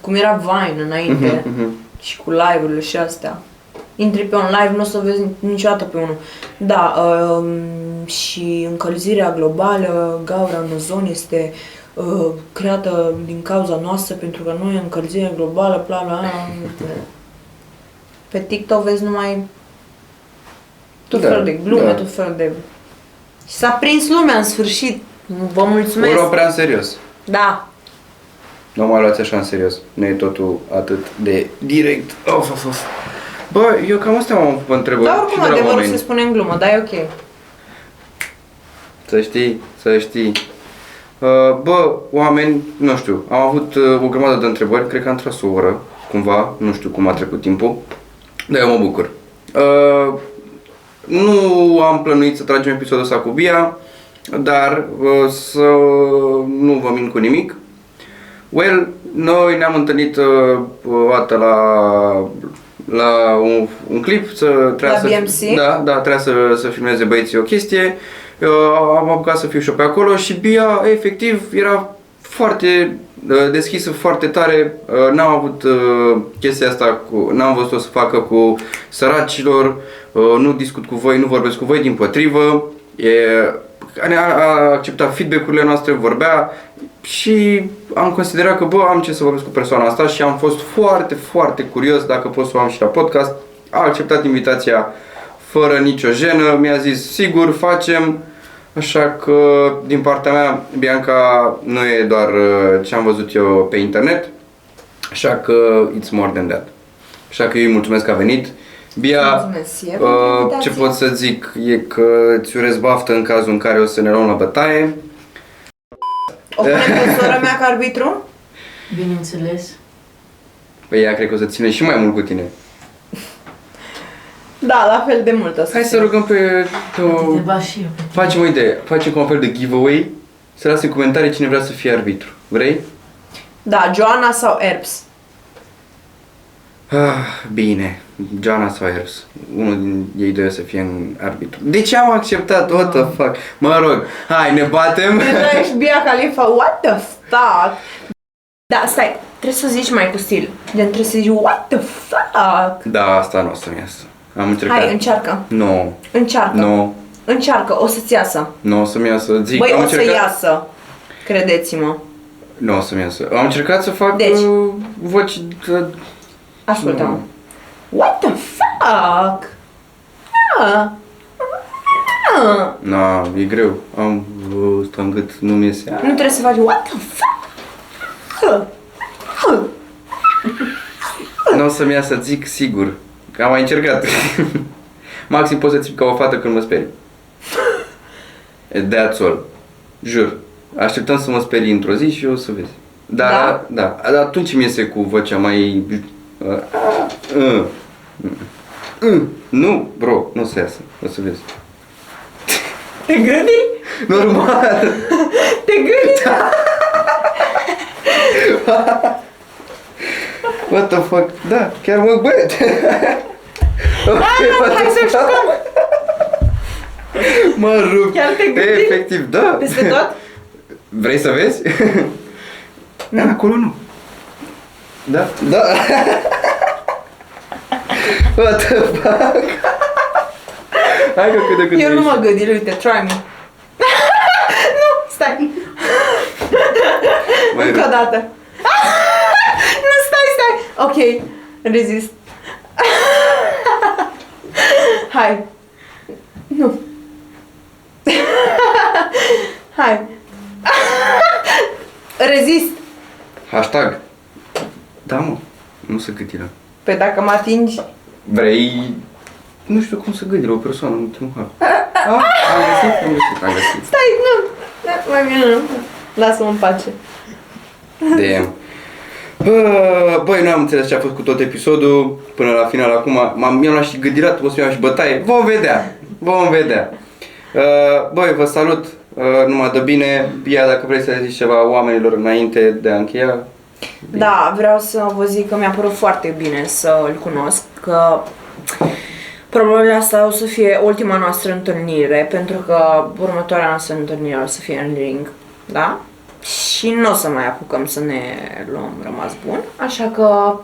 cum era Vine înainte. Mhm, mhm. și cu live-urile și astea. Intri pe un live, nu o să vezi niciodată pe unul. Da, um, și încălzirea globală, gaura în ozon este uh, creată din cauza noastră pentru că noi încălzire globală, bla bla bla. Pe TikTok vezi numai tot Da, felul de glume, da. tot felul de... Și s-a prins lumea în sfârșit. Vă mulțumesc. O luau prea în serios. Da. Nu mai luați așa în serios. Nu e totul atât de direct. Of, of, of. Bă, eu cam astea m-am vă întrebări. Dar și Da, oricum de la adevărul oameni. se spune în glumă, dar e ok. Să știi, să știi. Uh, Bă, oameni, nu știu, am avut uh, o grămadă de întrebări, cred că am tras o oră, cumva, nu știu cum a trecut timpul, dar eu mă bucur. Uh, Nu am plănuit să tragem episodul ăsta cu Bia, dar uh, să nu vă mint cu nimic. Well, noi ne-am întâlnit uh, o dată la, la un, un clip, să trebuia să, BMC? Da, da, trebuia să, să filmeze băieții o chestie. Uh, am apucat să fiu și eu pe acolo și Bia, efectiv, era foarte uh, deschisă, foarte tare. Uh, n-am avut uh, chestia asta, cu, n-am văzut-o să facă cu săracilor, uh, nu discut cu voi, nu vorbesc cu voi, din potrivă. E, ne a, a acceptat feedback-urile noastre, vorbea și am considerat că bă, am ce să vorbesc cu persoana asta și am fost foarte, foarte curios dacă pot să o am și la podcast. A acceptat invitația fără nicio jenă, mi-a zis sigur, facem. Așa că, din partea mea, Bianca nu e doar uh, ce am văzut eu pe internet, așa că it's more than that. Așa că eu îi mulțumesc că a venit. Bia, Mulțumesc, e pentru uh, ce invitație. pot să zic e că îți urez baftă în cazul în care o să ne luăm la bătaie. O punem (laughs) pe sora mea ca arbitru? Bineînțeles. Păi ea cred că o să ține și mai mult cu tine. Da, la fel de mult o să Hai să fie. rugăm pe... pe Te o... bat și eu. pe tine. Facem, uite, facem cu un fel de giveaway. Să lasă în comentarii cine vrea să fie arbitru. Vrei? Da, Joana sau Erbs. Ah, bine, Joana Sawyers, unul din ei doi o să fie în arbitru. De ce am acceptat? What the fuck? Mă rog, hai, ne (laughs) batem? Deja ești Bia Khalifa, what the fuck? Da, stai, trebuie să zici mai cu stil. Gen, trebuie să zici, what the fuck? Da, asta nu o să-mi iasă. Am încercat. Hai, Da. încearcă, Nu, încearcă, nu, încearcă, o să-ți iasă. nu o să-mi iasă. Zic, Băi, am o să încercat... iasă, credeți-mă. Nu o să-mi iasă. Am încercat să fac Deci. uh, voci... Uh, Ascultă-mă. Nu. What the fuck? Ah. Ah. na, e greu. Am uh, ăsta în gât, nu mi iese. Nu trebuie să faci what the fuck? Huh. Huh. Nu o să-mi iasă, zic sigur. Că am mai încercat. (laughs) Maxim pot să țip ca o fată când mă sperii. That's all. Jur. Așteptăm să mă sperii într-o zi și o să vezi. Dar, Da? da. Dar atunci mi iese cu vocea mai... Uh, uh, uh. Nu, bro, nu o să iasă. O să vezi. Te gândi? Normal. (laughs) Te gândi? What the fuck? Da, chiar mă băie. (laughs) Da, da, hai să jucăm. Mă rog. Chiar te gândești? Efectiv, da. Peste tot? Vrei să (laughs) vezi? Da, acolo nu. Da? Da. (laughs) What the fuck? Hai că cât de cât Eu nu ești. mă gândi, uite, try me. (laughs) nu, stai. Mai Încă o râd. dată. (laughs) nu, stai, stai. Ok, (laughs) rezist. Hai. Nu. (laughs) Hai. (laughs) Rezist. Hashtag. Da, mă. Nu se gândire. Pe Păi dacă mă atingi, Vrei... Nu știu cum să gândire o persoană în ultimul (laughs) hal. A, am găsit, am găsit, am găsit. stai, nu. Da, mai bine nu. Lasă-mă în pace. Damn. Bă, Ah, Băi, nu am înțeles ce a fost cu tot episodul până la final acum. M-am, mi-am luat și gândirat, o să iau și bătaie. Vom vedea, vom vedea. Uh, Băi, vă salut, uh, numai de bine. Bia, dacă vrei să le zici ceva oamenilor înainte de a încheia. Da, vreau să vă zic că mi-a părut foarte bine să îl cunosc, că probabil asta o să fie ultima noastră întâlnire, pentru că următoarea noastră întâlnire o să fie în ring, da? Și nu o să mai apucăm să ne luăm rămas bun, așa că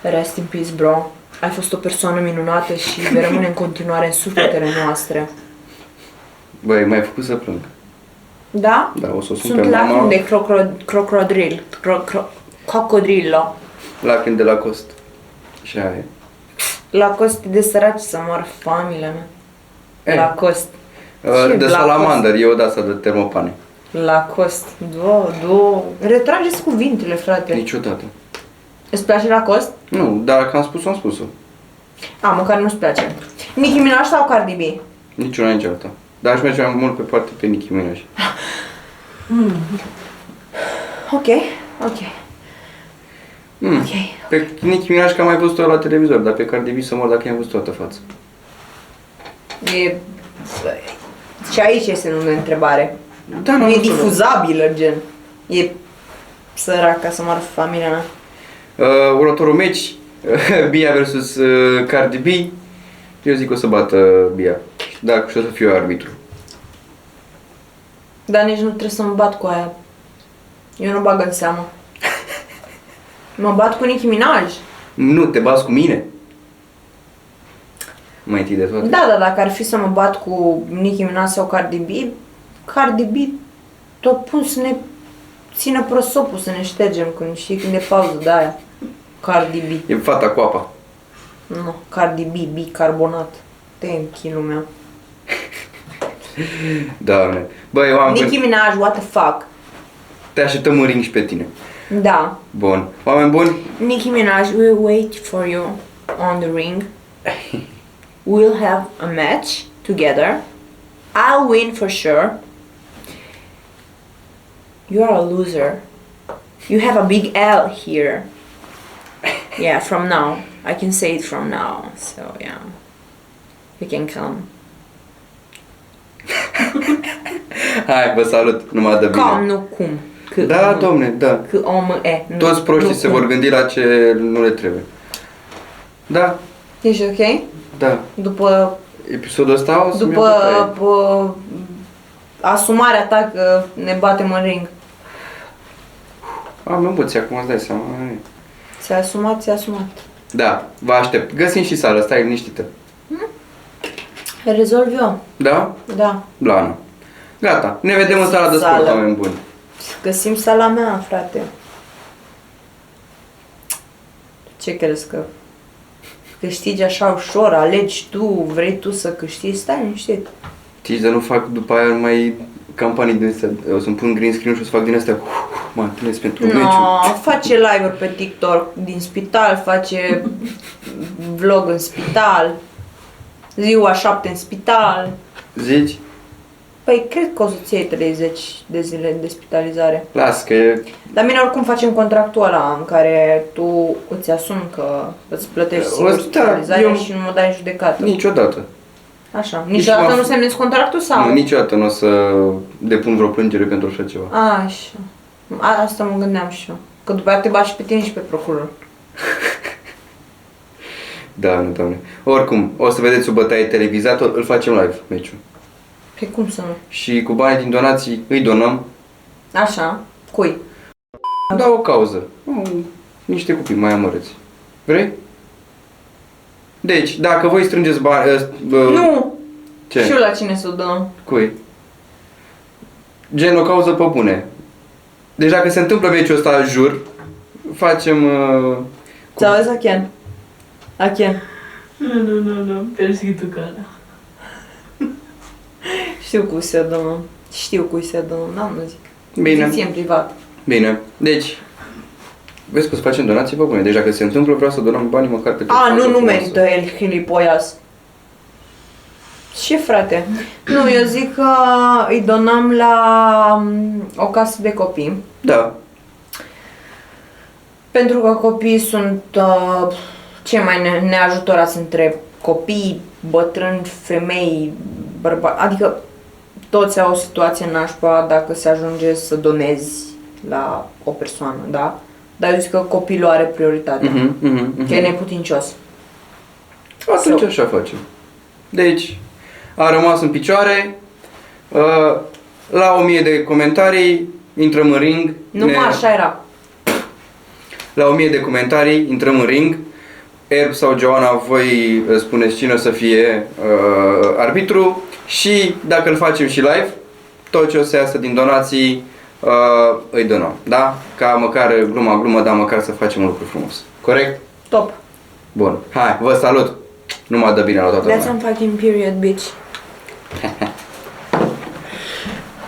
rest in peace, bro. Ai fost o persoană minunată și vei rămâne în continuare în sufletele noastre. Băi, m-ai făcut să plâng. Da? Da, o să o sun pe Sunt mama. lacrimi de crocro- crocodril. Cro- cro- crocodrillo. Lacrimi de la cost. Și aia e. La cost de săraci să mor familia mea. Eh. La cost. Uh, Ce De la cost? salamander, eu de asta de termopane. La cost. Două, două. Retrageți cuvintele, frate. Niciodată. Îți place la cost? Nu, dar că am spus-o, am spus-o. A, măcar nu-ți place. Nicki Minaj sau Cardi B? Niciuna niciodată. Dar aș merge mai mult pe parte pe Nicki Minaj. Ok, ok. Mm. Ok. Pe Nicki Minaj că am mai văzut-o la televizor, dar pe Cardi B să mor dacă i-am văzut toată fața. E... Și aici este numele de întrebare. Da, Nu e știu. difuzabilă, gen. E săraca să moară familia mea. Uh, următorul meci, (laughs) Bia versus uh, Cardi B. Eu zic că o să bată uh, Bia. Dacă și o să fiu eu arbitru. Dar nici nu trebuie să mă bat cu aia. Eu nu bag în seamă. mă bat cu Nicki Minaj. Nu, te bați cu mine? Mai întâi de toate. Da, da, dacă ar fi să mă bat cu Nicki Minaj sau Cardi B, Cardi B tot pun să ne țină prosopul, să ne ștergem când știi când e pauză de aia. Cardi B. E fata cu apa. Nu, Cardi B, bicarbonat. Te închinul meu. Da, ne. Băi, oameni, Nicki buni, Minaj, what the fuck? te așteptăm în ring și pe tine. Da. Bun. Oameni buni, Nicki Minaj, we'll wait for you on the (laughs) ring. we'll have a match together. I'll win for sure. You are a loser. You have a big L (laughs) here. Yeah, from now. I can say it from now. So, yeah. You can come. hai, vă salut, numai de Cum, bine. nu cum. Că Da, om- domne, da. Că om e. Nu, Toți proștii nu se cum. vor gândi la ce nu le trebuie. Da, Ești ok? da. După Episodul ăsta o să După bă, asumarea ta că ne batem în ring. Am emoții acum, îți dai seama. nu e. Ți-a asumat, ți-a asumat. Da, vă aștept. Găsim și sală, stai liniștită. Rezolv eu, Da? da. Blană. Gata, ne vedem în Găsim sala de sport, sală. oameni buni. Găsim sala mea, frate. Ce crezi că câștigi așa ușor, alegi tu, vrei tu să câștigi, stai liniștit. Știi, dar nu fac după aia mai campanii din astea. O să-mi pun green screen și o să fac din astea. Mă întâlnesc pentru No, meciul. face live-uri pe TikTok din spital, face vlog în spital, ziua 7 în spital. Zici? Păi cred că o să-ți iei 30 de zile de spitalizare. Las că e... La mine oricum facem contractul ăla în care tu îți asumi că îți plătești O, singur da, spitalizarea eu- și nu mă dai în judecată. Niciodată. Așa. Niciodată m-am- nu semnezi contractul sau? Nu, niciodată nu o să depun vreo plângere pentru așa ceva. Așa. A, asta mă gândeam și eu. Că după aia te bași și pe tine și pe procuror. Da, nu, doamne. Oricum, o să vedeți o bătaie televizată, îl facem live, meciul. Pe cum să nu? Și cu banii din donații îi donăm, Așa. Cui? da o cauză. Mm, Niște copii mai amărăți. Vrei? Deci, dacă voi strângeți bani... ă, bă, Nu! Și eu Ce? la cine să o dăm? Cui? Gen o cauză pe bune. Deci dacă se întâmplă meciul ăsta, jur, facem... ă, cu- Ți-auzi, Achen? Achen. No, no, no, no. Pero sí tu cara. Știu cui se adună. Știu cui se adună, n-am nu zic. Bine. Ție în privat. Bine, deci, vezi că să facem donații pe bune. Deci dacă se întâmplă, vreau să donăm bani măcar pe A, nu, nu merită el hilipoias. Ce frate? Nu, eu zic că îi donăm la mm, o casă de copii. Da, Pentru că copiii sunt uh, cei mai ne- neajutorați între copii, bătrâni, femei, bărbați. Adică toți au o situație nașpa dacă se ajunge să donezi la o persoană, da? Dar eu zic că copilul are prioritatea. Mhm, mhm, mhm. Că e neputincios. Atunci Sau- așa facem. Deci, a rămas în picioare, uh, la 1000 de comentarii, intrăm în ring. Nu ne- mă, așa era. La 1000 de comentarii, intrăm în ring. Erb sau Joana, voi uh, spuneți cine o să fie uh, arbitru și dacă îl facem și live, tot ce o să iasă din donații uh, îi donăm, da? Ca măcar gluma glumă, dar măcar să facem un lucru frumos. Corect? Top. Bun. Hai, vă salut! Numai dă bine la toată That's lumea. some fucking period, bitch.